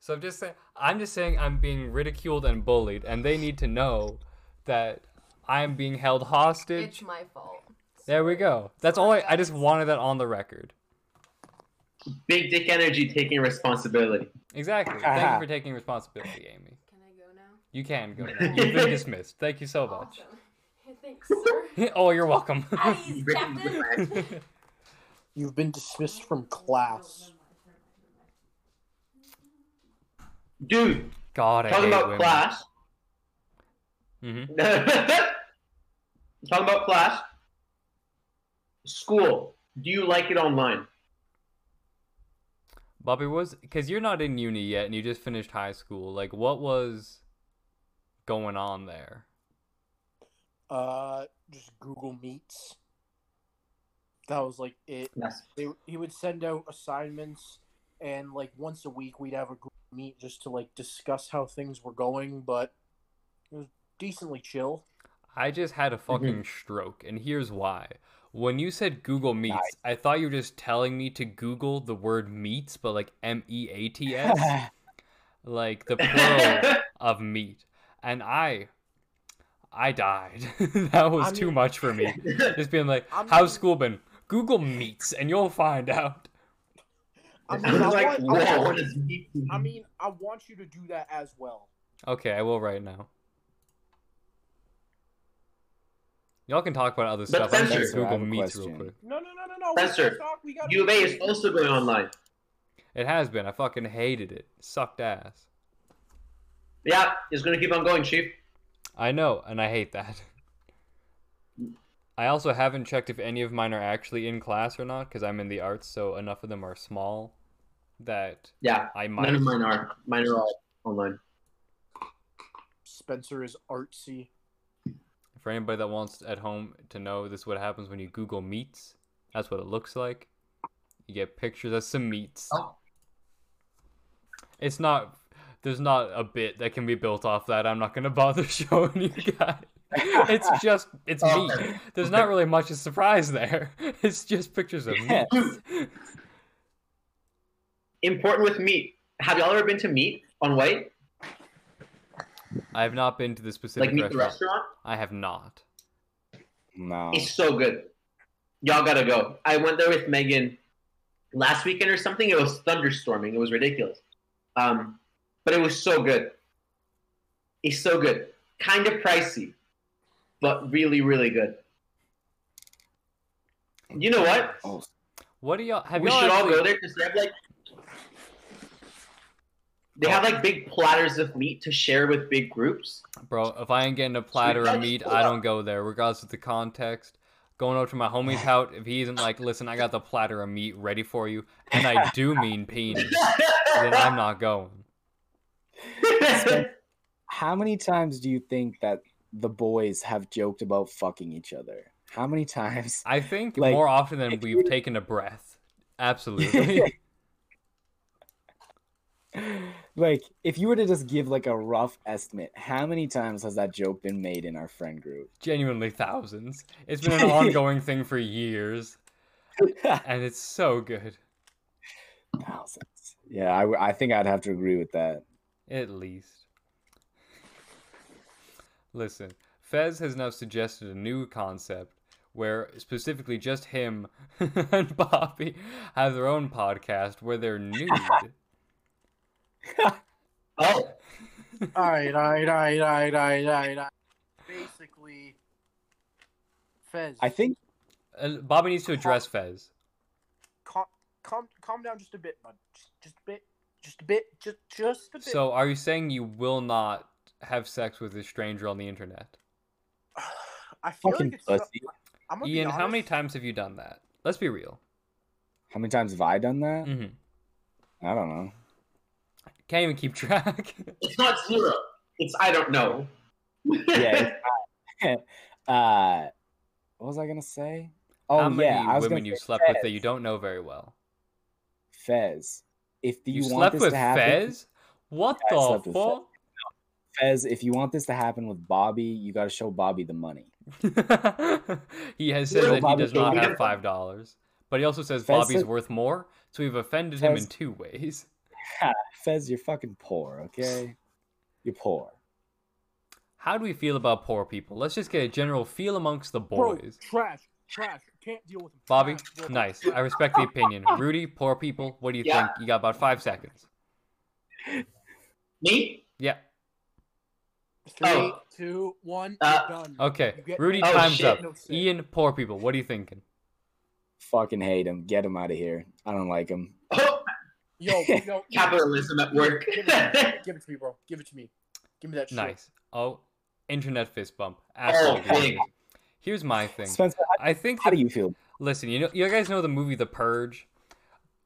[SPEAKER 1] So I'm just saying, I'm just saying I'm being ridiculed and bullied, and they need to know that I'm being held
[SPEAKER 6] It's
[SPEAKER 1] hostage.
[SPEAKER 6] my fault.
[SPEAKER 1] There we go. That's all. I, I just wanted that on the record.
[SPEAKER 3] Big dick energy taking responsibility.
[SPEAKER 1] Exactly. Thank you for taking responsibility, Amy.
[SPEAKER 6] Can I go now?
[SPEAKER 1] You can go. Now. You've been dismissed. Thank you so much.
[SPEAKER 6] Awesome. *laughs* Thanks, sir.
[SPEAKER 1] *laughs* oh, you're welcome. *laughs*
[SPEAKER 6] Please, Captain.
[SPEAKER 4] You've been dismissed from class.
[SPEAKER 3] Dude,
[SPEAKER 1] God, I
[SPEAKER 3] talking
[SPEAKER 1] hate
[SPEAKER 3] about
[SPEAKER 1] women.
[SPEAKER 3] Clash.
[SPEAKER 1] hmm
[SPEAKER 3] *laughs* talking about Clash. School. Do you like it online?
[SPEAKER 1] Bobby, was because you're not in uni yet, and you just finished high school. Like, what was going on there?
[SPEAKER 4] Uh, just Google Meets. That was like it.
[SPEAKER 3] *laughs* Yes.
[SPEAKER 4] They, he would send out assignments, and like once a week we'd have a group meet just to like discuss how things were going. But it was decently chill.
[SPEAKER 1] I just had
[SPEAKER 3] Mm-hmm.
[SPEAKER 1] a fucking stroke, and here's why. When you said Google Meets, I thought you were just telling me to Google the word meats, but like M E A T
[SPEAKER 3] *laughs*
[SPEAKER 1] S, like the plural of meat. And I, I died. *laughs* that was
[SPEAKER 4] I'm-
[SPEAKER 1] too much for
[SPEAKER 3] *laughs*
[SPEAKER 1] me. Just being like,
[SPEAKER 4] I'm-
[SPEAKER 1] how's school been? Google Meets, and you'll find out.
[SPEAKER 4] I mean,
[SPEAKER 3] I was
[SPEAKER 4] I
[SPEAKER 3] like,
[SPEAKER 4] want- I
[SPEAKER 3] whoa,
[SPEAKER 4] want-
[SPEAKER 3] what is meat?
[SPEAKER 4] I mean, I want you to do that as well.
[SPEAKER 1] Okay, I will right now. Y'all can talk about other stuff. I'm
[SPEAKER 3] Spencer,
[SPEAKER 1] just
[SPEAKER 2] I
[SPEAKER 1] Google
[SPEAKER 2] have a
[SPEAKER 1] Meets real
[SPEAKER 2] question.
[SPEAKER 1] quick.
[SPEAKER 4] No, no, no, no, no.
[SPEAKER 3] Spencer,
[SPEAKER 4] we gotta talk, we gotta
[SPEAKER 3] U of A is also going online.
[SPEAKER 1] It has been. I fucking hated it. Sucked ass.
[SPEAKER 3] Yeah, it's gonna keep on going, Chief.
[SPEAKER 1] I know, and I hate that. *laughs* I also haven't checked if any of mine are actually in class or not because I'm in the arts, so enough of them are small that
[SPEAKER 3] Yeah.
[SPEAKER 1] I might.
[SPEAKER 3] None of mine are. Mine are all online.
[SPEAKER 4] Spencer is
[SPEAKER 2] *laughs*
[SPEAKER 4] artsy.
[SPEAKER 1] For anybody that wants at home to know, this is what happens when you Google meats. That's what it looks like. You get pictures of some meats.
[SPEAKER 3] Oh.
[SPEAKER 1] It's not. There's not a bit that can be built off that. I'm not gonna bother *laughs* showing you guys. It's just. It's meat.
[SPEAKER 3] Okay.
[SPEAKER 1] There's
[SPEAKER 3] Okay.
[SPEAKER 1] not really much of surprise there. *laughs* It's just pictures of meat.
[SPEAKER 3] Important with meat. Have y'all ever been to meat on white?
[SPEAKER 1] I have not been to the specific
[SPEAKER 3] Like meat the
[SPEAKER 1] restaurant.
[SPEAKER 3] restaurant?
[SPEAKER 1] I have not.
[SPEAKER 2] *sighs* no.
[SPEAKER 3] It's so good. Y'all gotta go. I went there with Megan last weekend or something. It was thunderstorming. It was ridiculous. Um, but it was so good. It's so good. Kind of pricey, but really, really good. You know what?
[SPEAKER 2] Oh,
[SPEAKER 1] What do y'all have?
[SPEAKER 3] we
[SPEAKER 1] y'all
[SPEAKER 3] should all
[SPEAKER 1] actually-
[SPEAKER 3] go there because they have like they have like big platters of meat to share with big groups.
[SPEAKER 1] Bro, if I ain't getting a platter of
[SPEAKER 3] that's
[SPEAKER 1] meat,
[SPEAKER 3] cool.
[SPEAKER 1] I don't go there, regardless of the context. Going over to my
[SPEAKER 2] *laughs*
[SPEAKER 1] homie's house, if he isn't like, listen, I got the platter of meat ready for you, and I do
[SPEAKER 2] *laughs*
[SPEAKER 1] mean penis, then I'm not going.
[SPEAKER 3] Oh,
[SPEAKER 2] How many times do you think that the boys have joked about fucking each other? How many times? *laughs*
[SPEAKER 1] I think
[SPEAKER 2] Like,
[SPEAKER 1] more often than
[SPEAKER 2] if
[SPEAKER 1] we've
[SPEAKER 2] you-
[SPEAKER 1] taken a breath.
[SPEAKER 2] *laughs*
[SPEAKER 1] Absolutely.
[SPEAKER 2] like, if you were to just give like a rough estimate, how many times has that joke been made in our friend
[SPEAKER 1] *laughs*
[SPEAKER 2] group?
[SPEAKER 1] Genuinely thousands. It's been an ongoing thing for years, and it's so good.
[SPEAKER 2] Thousands. Yeah, I, w- I think I'd have to agree with that.
[SPEAKER 1] At least. Listen, Fez has now suggested a new concept where specifically just him *laughs*
[SPEAKER 2] *laughs*
[SPEAKER 1] and Bobby have their own podcast where they're nude.
[SPEAKER 3] Oh,
[SPEAKER 4] all right, all right, all right, all right, all right, all right, all right. Basically, Fez.
[SPEAKER 2] I think
[SPEAKER 1] Uh, Bobby needs to address Fez.
[SPEAKER 4] Calm, calm, calm down just a bit, bud. Just, just a bit. Just a bit. Just, just a bit.
[SPEAKER 1] So, are you saying you will not have sex with a stranger on the internet?
[SPEAKER 4] *sighs* I feel
[SPEAKER 2] fucking
[SPEAKER 4] like it's.
[SPEAKER 2] pussy.
[SPEAKER 4] I'm gonna be
[SPEAKER 1] Ian, how many
[SPEAKER 4] honest.
[SPEAKER 1] times have you done that? Let's be real.
[SPEAKER 2] How many times have I done that?
[SPEAKER 1] hmm
[SPEAKER 2] I
[SPEAKER 1] *laughs*
[SPEAKER 2] don't know.
[SPEAKER 1] Can't even keep track. *laughs*
[SPEAKER 3] it's not zero. It's I don't know.
[SPEAKER 2] Yeah. it's- *laughs* uh, what was I gonna say? Oh
[SPEAKER 1] how many
[SPEAKER 2] yeah, I was
[SPEAKER 1] women
[SPEAKER 2] gonna
[SPEAKER 1] you
[SPEAKER 2] say
[SPEAKER 1] slept with that you don't know very well.
[SPEAKER 2] Fez. If you,
[SPEAKER 1] You,
[SPEAKER 2] want
[SPEAKER 1] slept
[SPEAKER 2] this
[SPEAKER 1] with
[SPEAKER 2] to happen,
[SPEAKER 1] Fez? What
[SPEAKER 2] Yeah, I
[SPEAKER 1] the
[SPEAKER 2] slept with Fez.
[SPEAKER 1] fuck?
[SPEAKER 2] Fez, if you want this to happen with Bobby, you got to show Bobby the money.
[SPEAKER 1] *laughs* he has
[SPEAKER 3] Little
[SPEAKER 1] said that he
[SPEAKER 2] Bobby
[SPEAKER 1] does not
[SPEAKER 2] Jr.
[SPEAKER 1] have five dollars, but he also says
[SPEAKER 2] Fez
[SPEAKER 1] Bobby's
[SPEAKER 2] said-
[SPEAKER 1] worth more. So we've offended him in
[SPEAKER 2] Fez-
[SPEAKER 1] two ways.
[SPEAKER 2] Fez, you're fucking poor, okay? You're poor.
[SPEAKER 1] How do we feel about poor people? Let's just get a general feel amongst the
[SPEAKER 4] Bro,
[SPEAKER 1] boys.
[SPEAKER 4] trash, trash. Can't deal with him.
[SPEAKER 1] Bobby,
[SPEAKER 4] Trash, bro.
[SPEAKER 1] nice. I respect the
[SPEAKER 4] *laughs*
[SPEAKER 1] opinion. Rudy, poor people. What do you
[SPEAKER 3] Yeah.
[SPEAKER 1] think? You got about five seconds.
[SPEAKER 3] Me?
[SPEAKER 1] Yeah.
[SPEAKER 4] Three,
[SPEAKER 3] Oh.
[SPEAKER 4] two, one.
[SPEAKER 3] Uh,
[SPEAKER 4] you're done.
[SPEAKER 1] Okay.
[SPEAKER 4] You get-
[SPEAKER 1] Rudy,
[SPEAKER 3] Oh,
[SPEAKER 1] time's
[SPEAKER 3] shit.
[SPEAKER 1] up.
[SPEAKER 4] No say.
[SPEAKER 1] Ian, poor people. What are you thinking?
[SPEAKER 2] Fucking hate him. Get him out of here. I don't like him.
[SPEAKER 3] Oh,
[SPEAKER 4] Yo,
[SPEAKER 3] *laughs*
[SPEAKER 4] yo,
[SPEAKER 3] capitalism at
[SPEAKER 4] *laughs*
[SPEAKER 3] work. *laughs*
[SPEAKER 4] Give it, to me. give it to me, bro. Give it to me. Give me that shit.
[SPEAKER 1] Nice. Oh, internet fist bump.
[SPEAKER 3] Oh,
[SPEAKER 1] Absolutely.
[SPEAKER 3] big.
[SPEAKER 1] Here's my thing.
[SPEAKER 2] Spencer, how-
[SPEAKER 1] I think
[SPEAKER 2] how
[SPEAKER 1] the
[SPEAKER 2] do you feel?
[SPEAKER 1] Listen, you know, you guys know the movie The Purge.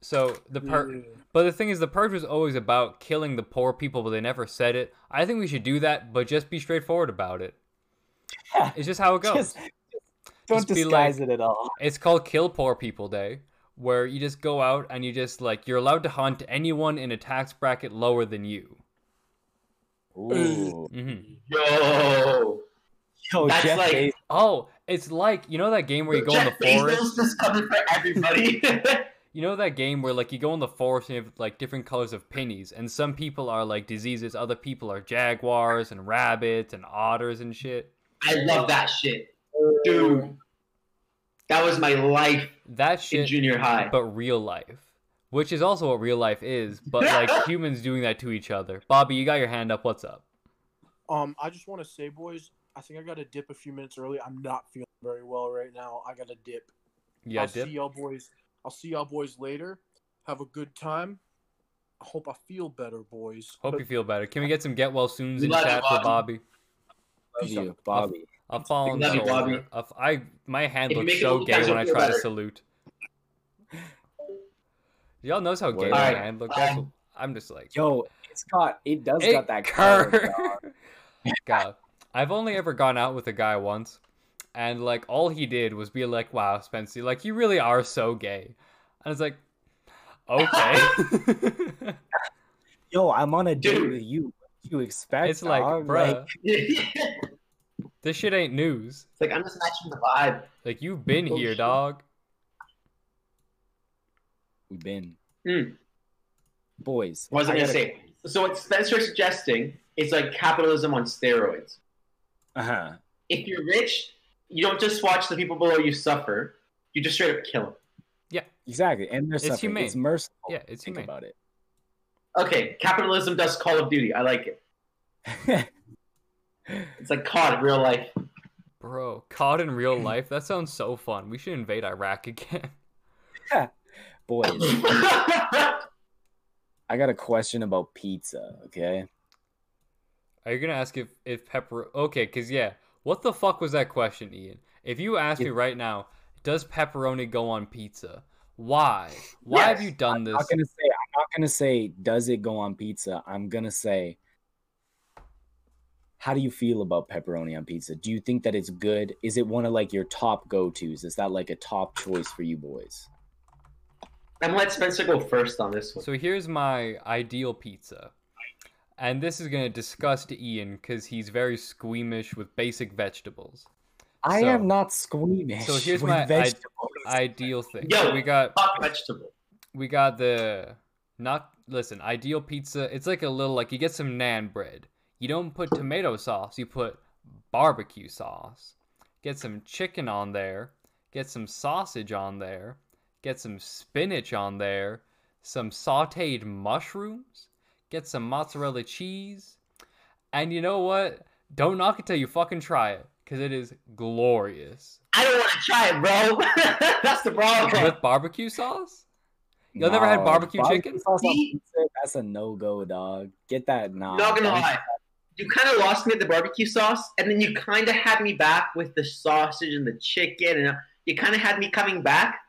[SPEAKER 1] So the purge,
[SPEAKER 4] Yeah.
[SPEAKER 1] but the thing is, The Purge was always about killing the poor people, but they never said it. I think we should do that, but just be straightforward about it. It's just how it goes.
[SPEAKER 2] Just, don't
[SPEAKER 1] Just be
[SPEAKER 2] disguise
[SPEAKER 1] like-
[SPEAKER 2] it at
[SPEAKER 1] *clears throat*
[SPEAKER 2] all.
[SPEAKER 1] It's called Kill Poor People Day, where you just go out and you just like you're allowed to hunt anyone in a tax bracket lower than you.
[SPEAKER 2] Ooh.
[SPEAKER 1] hmm
[SPEAKER 3] Yo.
[SPEAKER 2] Yo,
[SPEAKER 3] That's
[SPEAKER 2] Jeff
[SPEAKER 1] *clears throat*
[SPEAKER 3] like-
[SPEAKER 2] Bezos-
[SPEAKER 1] Oh, it's like you know that game where you go in the
[SPEAKER 3] Jeff Bezos
[SPEAKER 1] forest.
[SPEAKER 3] is coming for everybody. *laughs*
[SPEAKER 1] You know that game where like you go in the forest and you have like different colors of pennies, and some people are like diseases, other people are jaguars and rabbits and otters and shit.
[SPEAKER 3] I love that shit. Dude. That was my life
[SPEAKER 1] That
[SPEAKER 3] in
[SPEAKER 1] shit,
[SPEAKER 3] junior high. *laughs*
[SPEAKER 1] but real life, which is also what real life is, but like humans doing that to each other. Bobby, you got your hand up. What's up?
[SPEAKER 4] Um, I just want to say, boys, I think I got to dip a few minutes early. I'm not feeling very well right now. I got to dip.
[SPEAKER 1] You got
[SPEAKER 4] I'll
[SPEAKER 1] a dip?
[SPEAKER 4] see y'all boys. I'll see y'all boys later. Have a good time. I hope I feel better, boys.
[SPEAKER 1] Hope you feel better. Can we get some get well soons in
[SPEAKER 3] Love you,
[SPEAKER 1] chat for
[SPEAKER 3] Bobby.
[SPEAKER 1] Bobby?
[SPEAKER 2] Love you, Bobby.
[SPEAKER 1] I'll follow
[SPEAKER 3] Love
[SPEAKER 1] that
[SPEAKER 3] you, Bobby.
[SPEAKER 1] order. If I my hand
[SPEAKER 3] If you
[SPEAKER 1] looks
[SPEAKER 3] make it
[SPEAKER 1] so
[SPEAKER 3] look
[SPEAKER 1] gay
[SPEAKER 3] nice,
[SPEAKER 1] when I
[SPEAKER 3] you'll feel
[SPEAKER 1] try to
[SPEAKER 3] better.
[SPEAKER 1] salute. *laughs* Y'all knows how gay
[SPEAKER 2] Word.
[SPEAKER 1] my
[SPEAKER 3] Alright,
[SPEAKER 1] hand looks.
[SPEAKER 3] bye.
[SPEAKER 1] That's- I'm just like
[SPEAKER 2] Yo, it's got it does
[SPEAKER 1] It
[SPEAKER 2] got that curve.
[SPEAKER 1] curved. *laughs* God, I've only ever gone out with a guy once, and like all he did was be like, "Wow, Spency, like you really are so gay," and I was like,
[SPEAKER 2] *laughs*
[SPEAKER 1] "Okay." *laughs*
[SPEAKER 2] Yo, I'm on a date
[SPEAKER 3] Dude.
[SPEAKER 2] with you. What do you expect?
[SPEAKER 1] it's like,
[SPEAKER 2] dog?
[SPEAKER 1] bruh,
[SPEAKER 2] Like,
[SPEAKER 3] it's
[SPEAKER 1] this shit ain't news.
[SPEAKER 3] like I'm just matching the vibe.
[SPEAKER 1] Like you've been
[SPEAKER 3] Oh,
[SPEAKER 1] here,
[SPEAKER 3] shit.
[SPEAKER 1] dog.
[SPEAKER 2] we've been
[SPEAKER 3] Mm.
[SPEAKER 2] boys.
[SPEAKER 3] What was I,
[SPEAKER 2] I
[SPEAKER 3] gonna
[SPEAKER 2] gotta-
[SPEAKER 3] say? So what Spencer's suggesting is like capitalism on steroids.
[SPEAKER 2] Uh-huh.
[SPEAKER 3] If you're rich, you don't just watch the people below you suffer. You just straight up kill them.
[SPEAKER 2] Exactly. And there's
[SPEAKER 1] It's
[SPEAKER 2] something
[SPEAKER 1] humane.
[SPEAKER 2] it's merciful.
[SPEAKER 1] Yeah, it's
[SPEAKER 2] Think
[SPEAKER 1] humane.
[SPEAKER 2] about it.
[SPEAKER 3] Okay, capitalism does Call of Duty. I like it. It's like COD in real life. *laughs*
[SPEAKER 1] Bro, caught in
[SPEAKER 3] *clears throat*
[SPEAKER 1] real life. That sounds so fun. We should invade Iraq *laughs* again.
[SPEAKER 2] *laughs* Boys, I got a question about pizza, okay?
[SPEAKER 1] Are you gonna ask if if pepper? Okay, cause yeah, what the fuck was that question, Ian? If you ask me
[SPEAKER 2] It-
[SPEAKER 1] right now, does pepperoni go on pizza? Why? Why have
[SPEAKER 3] Yes.
[SPEAKER 1] you done
[SPEAKER 2] I'm not
[SPEAKER 1] this?
[SPEAKER 2] gonna say I'm not gonna say does it go on pizza? I'm gonna say how do you feel about pepperoni on pizza? Do you think that it's good? Is it one of like your top go-tos? Is that like a top choice for you boys?
[SPEAKER 3] I'm gonna let Spencer go first on this one.
[SPEAKER 1] So here's my ideal pizza, and this is gonna disgust Ian because he's very squeamish with basic vegetables.
[SPEAKER 2] I
[SPEAKER 1] So-
[SPEAKER 2] am not squeamish.
[SPEAKER 1] so here's
[SPEAKER 2] with
[SPEAKER 1] my I-
[SPEAKER 2] vegetables.
[SPEAKER 1] Ideal thing.
[SPEAKER 3] Yo.
[SPEAKER 1] So we got
[SPEAKER 3] Fuck vegetable.
[SPEAKER 1] we got the not listen ideal pizza. It's like a little like you get some naan bread. You don't put tomato sauce. You put barbecue sauce. Get some chicken on there. Get some sausage on there. Get some spinach on there. Some sautéed mushrooms. get some mozzarella cheese, and you know what? Don't knock it till you fucking try it, because it is glorious.
[SPEAKER 3] I don't want to try it, bro. *laughs* That's the problem.
[SPEAKER 1] With barbecue sauce? Y'all never had barbecue chicken?
[SPEAKER 2] sauce on
[SPEAKER 3] Me?
[SPEAKER 2] pizza, that's a no go, dog. Get that nah.
[SPEAKER 3] Not gonna
[SPEAKER 2] dog.
[SPEAKER 3] lie. You kind of lost me at the barbecue sauce, and then you kind of had me back with the sausage and the chicken, and you kind of had me coming back.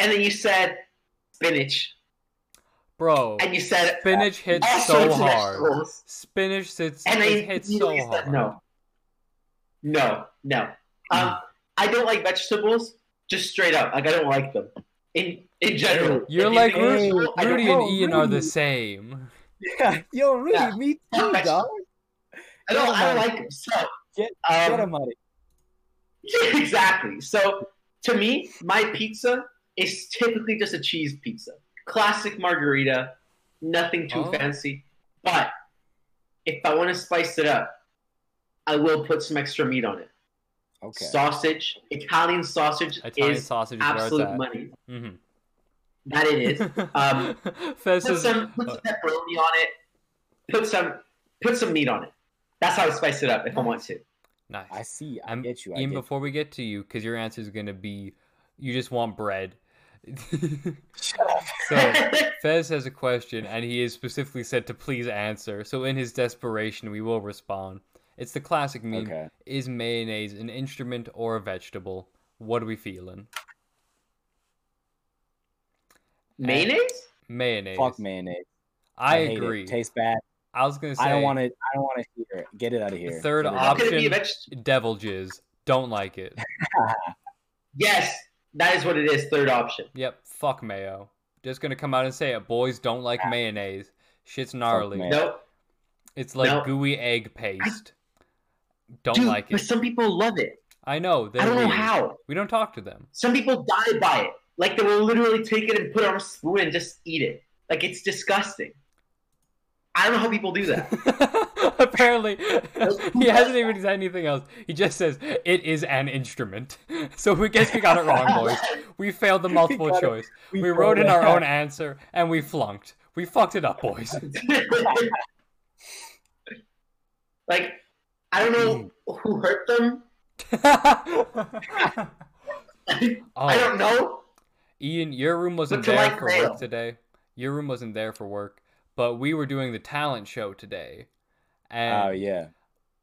[SPEAKER 3] And then you said spinach,
[SPEAKER 1] Bro,
[SPEAKER 3] and you said
[SPEAKER 1] spinach hits
[SPEAKER 3] all
[SPEAKER 1] so
[SPEAKER 3] sorts of
[SPEAKER 1] hard.
[SPEAKER 3] vegetables.
[SPEAKER 1] Spinach sits,
[SPEAKER 3] and I
[SPEAKER 1] it hits so
[SPEAKER 3] immediately said
[SPEAKER 1] hard.
[SPEAKER 3] no, no, no.
[SPEAKER 1] Mm.
[SPEAKER 3] Um, I don't like vegetables, just straight up. Like I don't like them in in general.
[SPEAKER 1] You're
[SPEAKER 3] If
[SPEAKER 1] like
[SPEAKER 3] you make
[SPEAKER 1] Ru-
[SPEAKER 3] vegetable, I don't
[SPEAKER 1] Rudy and
[SPEAKER 3] know.
[SPEAKER 2] know,
[SPEAKER 1] Ian are the
[SPEAKER 2] Rudy.
[SPEAKER 1] same.
[SPEAKER 2] Yeah, *laughs* yo, Rudy,
[SPEAKER 3] Yeah.
[SPEAKER 2] me too,
[SPEAKER 3] Perfection.
[SPEAKER 2] dog.
[SPEAKER 3] I don't, I don't
[SPEAKER 2] Get 'em out of
[SPEAKER 3] like them. So
[SPEAKER 2] Get-
[SPEAKER 3] um,
[SPEAKER 2] Get him out of
[SPEAKER 3] *laughs* exactly. So to me, my pizza is typically just a cheese pizza, classic margarita, nothing too
[SPEAKER 1] Oh.
[SPEAKER 3] fancy. But if I want to spice it up, I will put some extra meat on it.
[SPEAKER 2] Okay.
[SPEAKER 3] Sausage, Italian sausage
[SPEAKER 1] Italian
[SPEAKER 3] is
[SPEAKER 1] sausage is where it's
[SPEAKER 3] absolute
[SPEAKER 1] at.
[SPEAKER 3] money.
[SPEAKER 1] Mm-hmm. *laughs*
[SPEAKER 3] That *laughs* it is. Um,
[SPEAKER 1] Fez
[SPEAKER 3] Put
[SPEAKER 1] is,
[SPEAKER 3] some, put some
[SPEAKER 1] uh,
[SPEAKER 3] pepperoni on it. Put some, put some meat on it. That's how I spice it up if I want to.
[SPEAKER 1] nice.
[SPEAKER 2] I see. I
[SPEAKER 1] I'm-
[SPEAKER 2] get you. I
[SPEAKER 1] Ian,
[SPEAKER 2] get
[SPEAKER 1] before we get to you, because your answer is gonna be, you just want bread. *laughs*
[SPEAKER 3] *laughs*
[SPEAKER 1] so Fez has a question, and he is specifically said to please answer. So in his desperation, we will respond. It's the classic
[SPEAKER 2] you.
[SPEAKER 1] meme:
[SPEAKER 2] Okay.
[SPEAKER 1] Is mayonnaise an instrument or a vegetable? What are we feeling?
[SPEAKER 3] Mayonnaise?
[SPEAKER 1] Mayonnaise.
[SPEAKER 2] Fuck mayonnaise.
[SPEAKER 1] I,
[SPEAKER 2] hate it.
[SPEAKER 1] agree.
[SPEAKER 2] Tastes bad.
[SPEAKER 1] I was gonna say.
[SPEAKER 2] I don't want to. I don't want to hear it. Get it out of here.
[SPEAKER 1] third
[SPEAKER 2] Get it
[SPEAKER 3] How
[SPEAKER 2] outta
[SPEAKER 3] could it be a
[SPEAKER 1] Option-
[SPEAKER 3] vegetable?
[SPEAKER 1] devil jizz. Don't like it.
[SPEAKER 3] Yes, that is what it is. Third option.
[SPEAKER 1] Yep, fuck mayo. Just gonna come out and say it. Boys don't like mayonnaise. Shit's gnarly.
[SPEAKER 2] mayo.
[SPEAKER 3] No,
[SPEAKER 1] It's like
[SPEAKER 3] No.
[SPEAKER 1] gooey egg paste. Don't
[SPEAKER 3] dude,
[SPEAKER 1] like
[SPEAKER 3] but
[SPEAKER 1] it.
[SPEAKER 3] some people love it.
[SPEAKER 1] I know. They're
[SPEAKER 3] I don't know
[SPEAKER 1] weird.
[SPEAKER 3] how.
[SPEAKER 1] We don't talk to them. *laughs*
[SPEAKER 3] Some people die by it. Like they will literally take it and put it on a spoon and just eat it. Like it's disgusting. I don't know how people do that. *laughs*
[SPEAKER 1] Apparently,
[SPEAKER 3] who
[SPEAKER 1] he
[SPEAKER 3] does
[SPEAKER 1] hasn't even said anything else. He just says it is an instrument. *laughs* So we guess we got it wrong, boys. We failed the
[SPEAKER 2] We
[SPEAKER 1] multiple
[SPEAKER 2] got it.
[SPEAKER 1] choice. We,
[SPEAKER 2] throw
[SPEAKER 1] wrote in
[SPEAKER 2] it
[SPEAKER 1] our
[SPEAKER 2] out.
[SPEAKER 4] *laughs*
[SPEAKER 1] own answer and we flunked. We fucked it up, boys.
[SPEAKER 3] like I don't know
[SPEAKER 1] Hmm.
[SPEAKER 3] who hurt them. *laughs*
[SPEAKER 1] oh,
[SPEAKER 3] I don't know.
[SPEAKER 1] Ian, your room wasn't
[SPEAKER 3] to
[SPEAKER 1] there
[SPEAKER 3] like
[SPEAKER 1] for
[SPEAKER 3] mail.
[SPEAKER 1] work today. Your room wasn't there for work, but we were doing the talent show today, and
[SPEAKER 2] Oh yeah.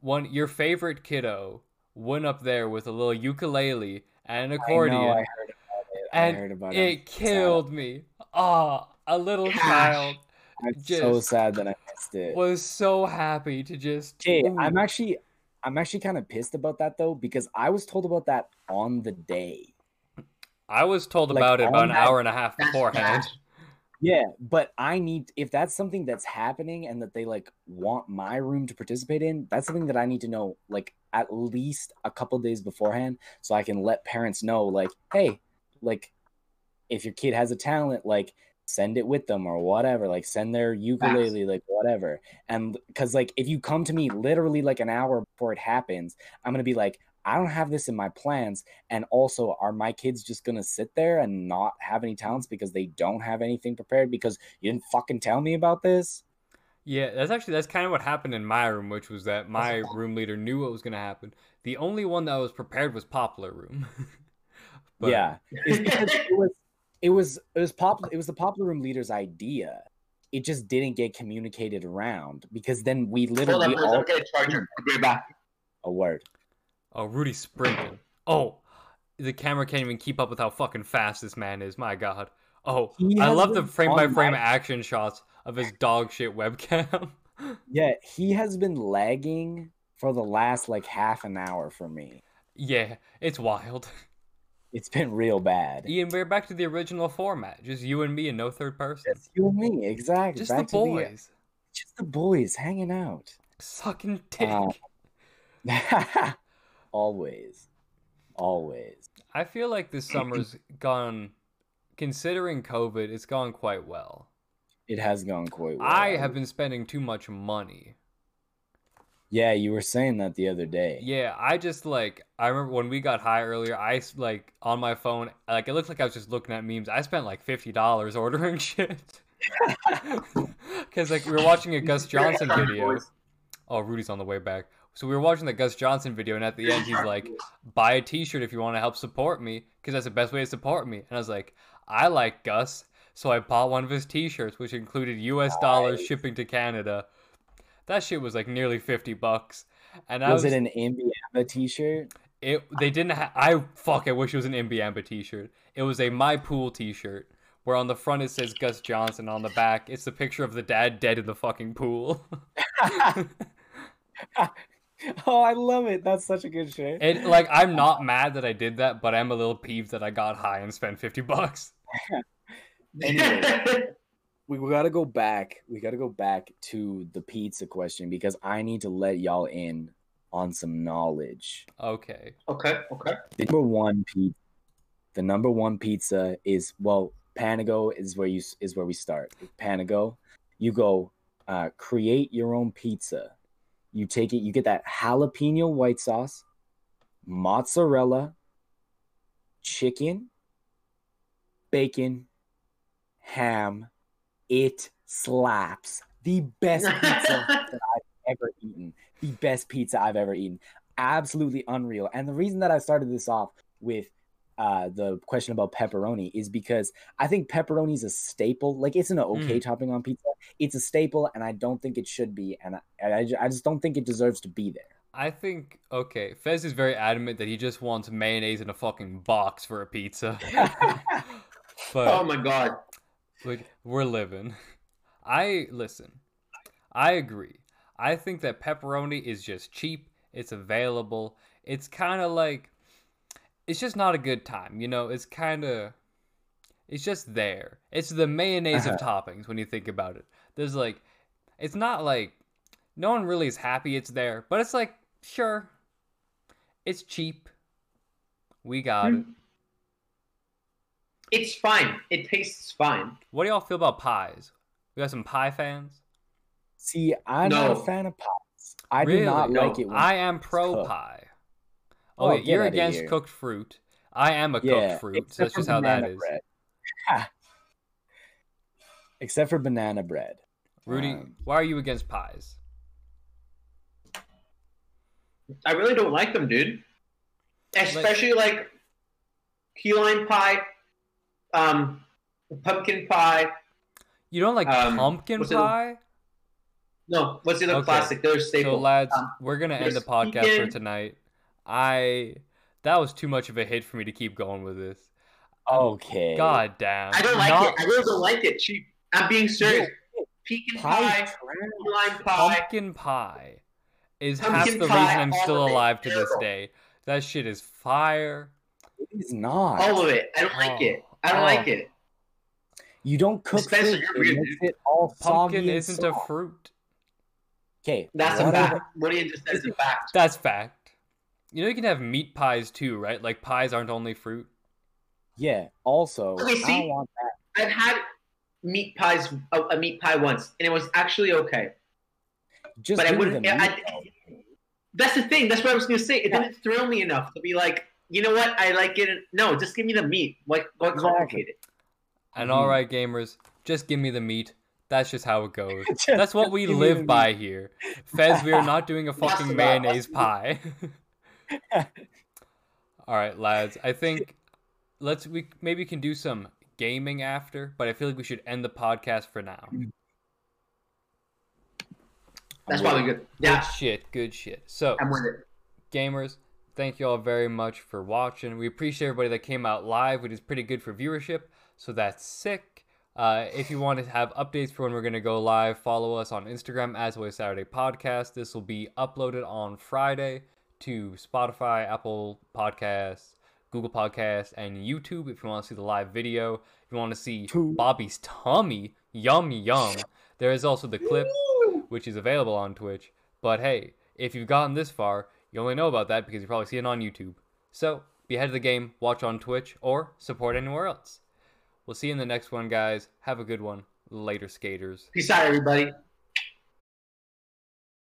[SPEAKER 1] one your favorite kiddo went up there with a little ukulele and an
[SPEAKER 2] I
[SPEAKER 1] accordion.
[SPEAKER 2] know. I heard about it.
[SPEAKER 1] And
[SPEAKER 2] I heard about it.
[SPEAKER 1] it killed me. Ah, a little
[SPEAKER 3] Gosh.
[SPEAKER 1] child
[SPEAKER 2] I'm
[SPEAKER 1] just-
[SPEAKER 2] so sad that I missed it.
[SPEAKER 1] was so happy to just.
[SPEAKER 2] Okay,
[SPEAKER 1] ooh.
[SPEAKER 2] I'm actually, I'm actually kind of pissed about that though because I was told about that on the day.
[SPEAKER 1] I was told
[SPEAKER 2] like,
[SPEAKER 1] about it about
[SPEAKER 2] on
[SPEAKER 1] an
[SPEAKER 2] that-
[SPEAKER 1] hour and a half
[SPEAKER 3] That's
[SPEAKER 1] beforehand.
[SPEAKER 3] bad.
[SPEAKER 2] Yeah, but I need if that's something that's happening and that they like want my room to participate in, that's something that I need to know like at least a couple days beforehand so I can let parents know like, hey, like if your kid has a talent, like send it with them or whatever, like send their ukulele, like whatever. And cuz like if you come to me literally like an hour before it happens, I'm going to be like I don't have this in my plans. And also, are my kids just going to sit there and not have any talents because they don't have anything prepared because you didn't fucking tell me about this?
[SPEAKER 1] Yeah, that's actually that's kind of what happened in my room, which was that my
[SPEAKER 2] *laughs*
[SPEAKER 1] room leader knew what was going to happen. The only one that was prepared was Poplar room. *laughs* But- *laughs*
[SPEAKER 2] yeah. It's because it was it was it was pop it was the popular room leader's idea. It just didn't get communicated around because then we
[SPEAKER 3] Hold
[SPEAKER 2] literally
[SPEAKER 3] on,
[SPEAKER 2] all
[SPEAKER 3] I'm gonna charge
[SPEAKER 1] *laughs*
[SPEAKER 3] her. I'll be right back.
[SPEAKER 2] a word.
[SPEAKER 1] Oh, Rudy sprinting. Oh, the camera can't even keep up with how fucking fast this man is. My God. Oh,
[SPEAKER 2] He
[SPEAKER 1] I
[SPEAKER 2] has
[SPEAKER 1] love the
[SPEAKER 2] been
[SPEAKER 1] frame by
[SPEAKER 2] on
[SPEAKER 1] frame
[SPEAKER 2] my-
[SPEAKER 1] action shots of his dog shit webcam. *laughs*
[SPEAKER 2] Yeah, he has been lagging for the last like half an hour for me.
[SPEAKER 1] yeah, it's wild. *laughs*
[SPEAKER 2] It's been real bad.
[SPEAKER 1] Ian, we're back to the original format. Just you and me and no third person.
[SPEAKER 2] It's you and me, exactly.
[SPEAKER 1] Just
[SPEAKER 2] Back
[SPEAKER 1] the
[SPEAKER 2] to uh,
[SPEAKER 1] boys.
[SPEAKER 2] just the boys hanging out.
[SPEAKER 1] Sucking dick.
[SPEAKER 2] Uh, *laughs* always, always.
[SPEAKER 1] I feel like this summer's gone, considering COVID, it's gone quite well.
[SPEAKER 2] It has gone quite well.
[SPEAKER 1] I have been spending too much money.
[SPEAKER 2] Yeah, you were saying that the other day.
[SPEAKER 1] Yeah, I just like I remember when we got high earlier. I s-
[SPEAKER 2] *laughs*
[SPEAKER 1] like on my phone, like it looked like I was just looking at memes. I spent like fifty dollars ordering *laughs* shit. Because like we were watching a Gus Johnson
[SPEAKER 3] Sorry,
[SPEAKER 1] video.
[SPEAKER 3] boys.
[SPEAKER 1] Oh, Rudy's on the way back. So we were watching the Gus Johnson video, and at the end, he's like, "Buy a T-shirt if you want to help support me, because that's the best way to support me." And I was like, "I like Gus, so I bought one of his T-shirts, which included U.S. dollars shipping to Canada. That shit was like nearly fifty bucks." And I
[SPEAKER 2] was
[SPEAKER 1] was,
[SPEAKER 2] it an Ambiamba
[SPEAKER 1] *laughs*
[SPEAKER 2] T-shirt? *laughs*
[SPEAKER 1] it they didn't ha- I fuck I wish it was an Imbiamba t-shirt. It was a My Pool t-shirt where on the front it says Gus Johnson on the back it's the picture of the dad dead in the fucking pool. *laughs*
[SPEAKER 2] oh, I love it. That's such a good shirt.
[SPEAKER 1] It like I'm not mad that I did that, but I'm a little peeved that I got high and spent 50 bucks.
[SPEAKER 2] Anyway. we, we gotta go back. We gotta go back to the pizza question because I need to let y'all in on some knowledge.
[SPEAKER 1] Okay.
[SPEAKER 3] *laughs* okay, okay.
[SPEAKER 2] The number one pizza. The number one pizza is well, Panago is where you s- is where we start. Panago, you go uh, create your own pizza. You take it. You get that jalapeno white sauce, mozzarella, chicken, bacon, ham. It slaps. The best
[SPEAKER 3] *laughs*
[SPEAKER 2] pizza ever eaten. The best pizza I've ever eaten. Absolutely unreal. And the reason that I started this off with uh, the question about pepperoni is because I think pepperoni is a staple. Like it's an
[SPEAKER 1] Mm.
[SPEAKER 2] okay topping on pizza. It's a staple, and I don't think it should be. And I, and I, ju- I just don't think it deserves to be there.
[SPEAKER 1] I think okay, Fez is very adamant that he just wants mayonnaise in a fucking box for a pizza. *laughs* but
[SPEAKER 3] oh my god.
[SPEAKER 1] Like we're living. *laughs* I listen. I agree. I think that pepperoni is just cheap. It's available. It's kind of like it's just not a good time, you know. It's kind of it's just there. It's the mayonnaise of toppings when you think about it. There's like it's not like no one really is happy it's there, but it's like sure. It's cheap. We got it.
[SPEAKER 3] It's fine. It tastes fine.
[SPEAKER 1] What do y'all feel about pies? We got some pie fans?
[SPEAKER 2] See, I'm not
[SPEAKER 3] No.
[SPEAKER 2] a fan of pies. I do not
[SPEAKER 1] Really?
[SPEAKER 2] like it. When
[SPEAKER 1] I am pro
[SPEAKER 2] cooked.
[SPEAKER 1] pie.
[SPEAKER 2] Oh,
[SPEAKER 1] Okay,
[SPEAKER 2] get
[SPEAKER 1] you're
[SPEAKER 2] outta
[SPEAKER 1] against
[SPEAKER 2] here.
[SPEAKER 1] cooked fruit. I am a cooked fruit.
[SPEAKER 2] except
[SPEAKER 1] So that's
[SPEAKER 2] for
[SPEAKER 1] just how that
[SPEAKER 2] banana
[SPEAKER 1] is.
[SPEAKER 2] bread. *laughs* except for banana bread.
[SPEAKER 1] Rudy,
[SPEAKER 2] Um,
[SPEAKER 1] why are you against pies?
[SPEAKER 3] I really don't like them, dude. Especially like key lime pie, um, pumpkin pie.
[SPEAKER 1] You don't like
[SPEAKER 3] Um,
[SPEAKER 1] pumpkin
[SPEAKER 3] what's it-
[SPEAKER 1] pie?
[SPEAKER 3] No, what's the other
[SPEAKER 1] Okay.
[SPEAKER 3] classic? They're a
[SPEAKER 1] So,
[SPEAKER 3] staple.
[SPEAKER 1] lads,
[SPEAKER 3] Um,
[SPEAKER 1] we're gonna end the
[SPEAKER 3] there's
[SPEAKER 1] podcast for
[SPEAKER 3] vegan-
[SPEAKER 1] tonight. I that was too much of a hit for me to keep going with this.
[SPEAKER 2] Okay.
[SPEAKER 1] Oh, God damn!
[SPEAKER 3] I don't like
[SPEAKER 1] Not
[SPEAKER 3] it. I really don't like it. Cheap. I'm being serious. Pecan
[SPEAKER 2] Pie's
[SPEAKER 3] pie,
[SPEAKER 2] trash.
[SPEAKER 3] key lime pie.
[SPEAKER 1] pumpkin pie is half
[SPEAKER 3] Pumpkin
[SPEAKER 1] the
[SPEAKER 3] pie,
[SPEAKER 1] reason I'm
[SPEAKER 3] all
[SPEAKER 1] still
[SPEAKER 3] of it,
[SPEAKER 1] alive to this
[SPEAKER 3] terrible.
[SPEAKER 1] day. That shit is fire.
[SPEAKER 2] It is not.
[SPEAKER 3] All of it. I don't like it. I don't
[SPEAKER 1] Oh.
[SPEAKER 3] like it.
[SPEAKER 2] You don't cook
[SPEAKER 3] Spencer,
[SPEAKER 2] fruit.
[SPEAKER 3] you're
[SPEAKER 2] It
[SPEAKER 3] weird,
[SPEAKER 2] makes
[SPEAKER 3] dude.
[SPEAKER 2] it all soggy
[SPEAKER 1] Pumpkin
[SPEAKER 2] and
[SPEAKER 1] isn't a
[SPEAKER 2] soft.
[SPEAKER 1] fruit.
[SPEAKER 2] Okay,
[SPEAKER 3] That's a
[SPEAKER 2] what
[SPEAKER 3] fact.
[SPEAKER 2] are
[SPEAKER 3] What Ian just said is a fact.
[SPEAKER 1] That's fact. You know you can have meat pies too, right? Like pies aren't only fruit.
[SPEAKER 2] the- Yeah. Also,
[SPEAKER 3] Okay,
[SPEAKER 2] I don't
[SPEAKER 3] see?
[SPEAKER 2] want that.
[SPEAKER 3] I've had meat pies, a, a meat pie once, and it was actually okay.
[SPEAKER 2] Just
[SPEAKER 3] but I
[SPEAKER 2] give me the
[SPEAKER 3] wouldn't. I, *laughs*
[SPEAKER 2] meat, though.
[SPEAKER 3] I- that's the thing. That's what I was gonna say. It didn't thrill me enough to be like, you know what? I like it. No, just give me the meat. Like, what
[SPEAKER 2] Exactly.
[SPEAKER 3] complicated?
[SPEAKER 1] And
[SPEAKER 2] Mhm.
[SPEAKER 1] all right, gamers, just give me the meat. That's just how it goes.
[SPEAKER 2] Just
[SPEAKER 1] That's what we
[SPEAKER 2] give me the
[SPEAKER 1] live
[SPEAKER 2] meat.
[SPEAKER 1] by here. Fez, we are not doing a
[SPEAKER 3] Lots
[SPEAKER 1] fucking
[SPEAKER 3] of that,
[SPEAKER 1] mayonnaise pie. *laughs* all right, lads. I think let's we maybe can do some gaming after, but I feel like we should end the podcast for now.
[SPEAKER 3] That's probably good.
[SPEAKER 1] Good
[SPEAKER 3] Yeah,
[SPEAKER 1] shit. Good shit. So
[SPEAKER 3] I'm with it.
[SPEAKER 1] gamers thank you all very much for watching we appreciate everybody that came out live which is pretty good for viewership so that's sick uh, if you want to have updates for when we're going to go live follow us on instagram as always saturday podcast this will be uploaded on friday to spotify apple podcasts google podcasts and youtube if you want to see the live video if you want to see
[SPEAKER 2] Two.
[SPEAKER 1] bobby's tummy yum yum there is also the clip which is available on Twitch. But hey, if you've gotten this far, you only know about that because you probably see it on YouTube. So be ahead of the game, watch on Twitch, or support anywhere else. We'll see you in the next one, guys. Have a good one. Later, skaters.
[SPEAKER 3] Peace out, everybody.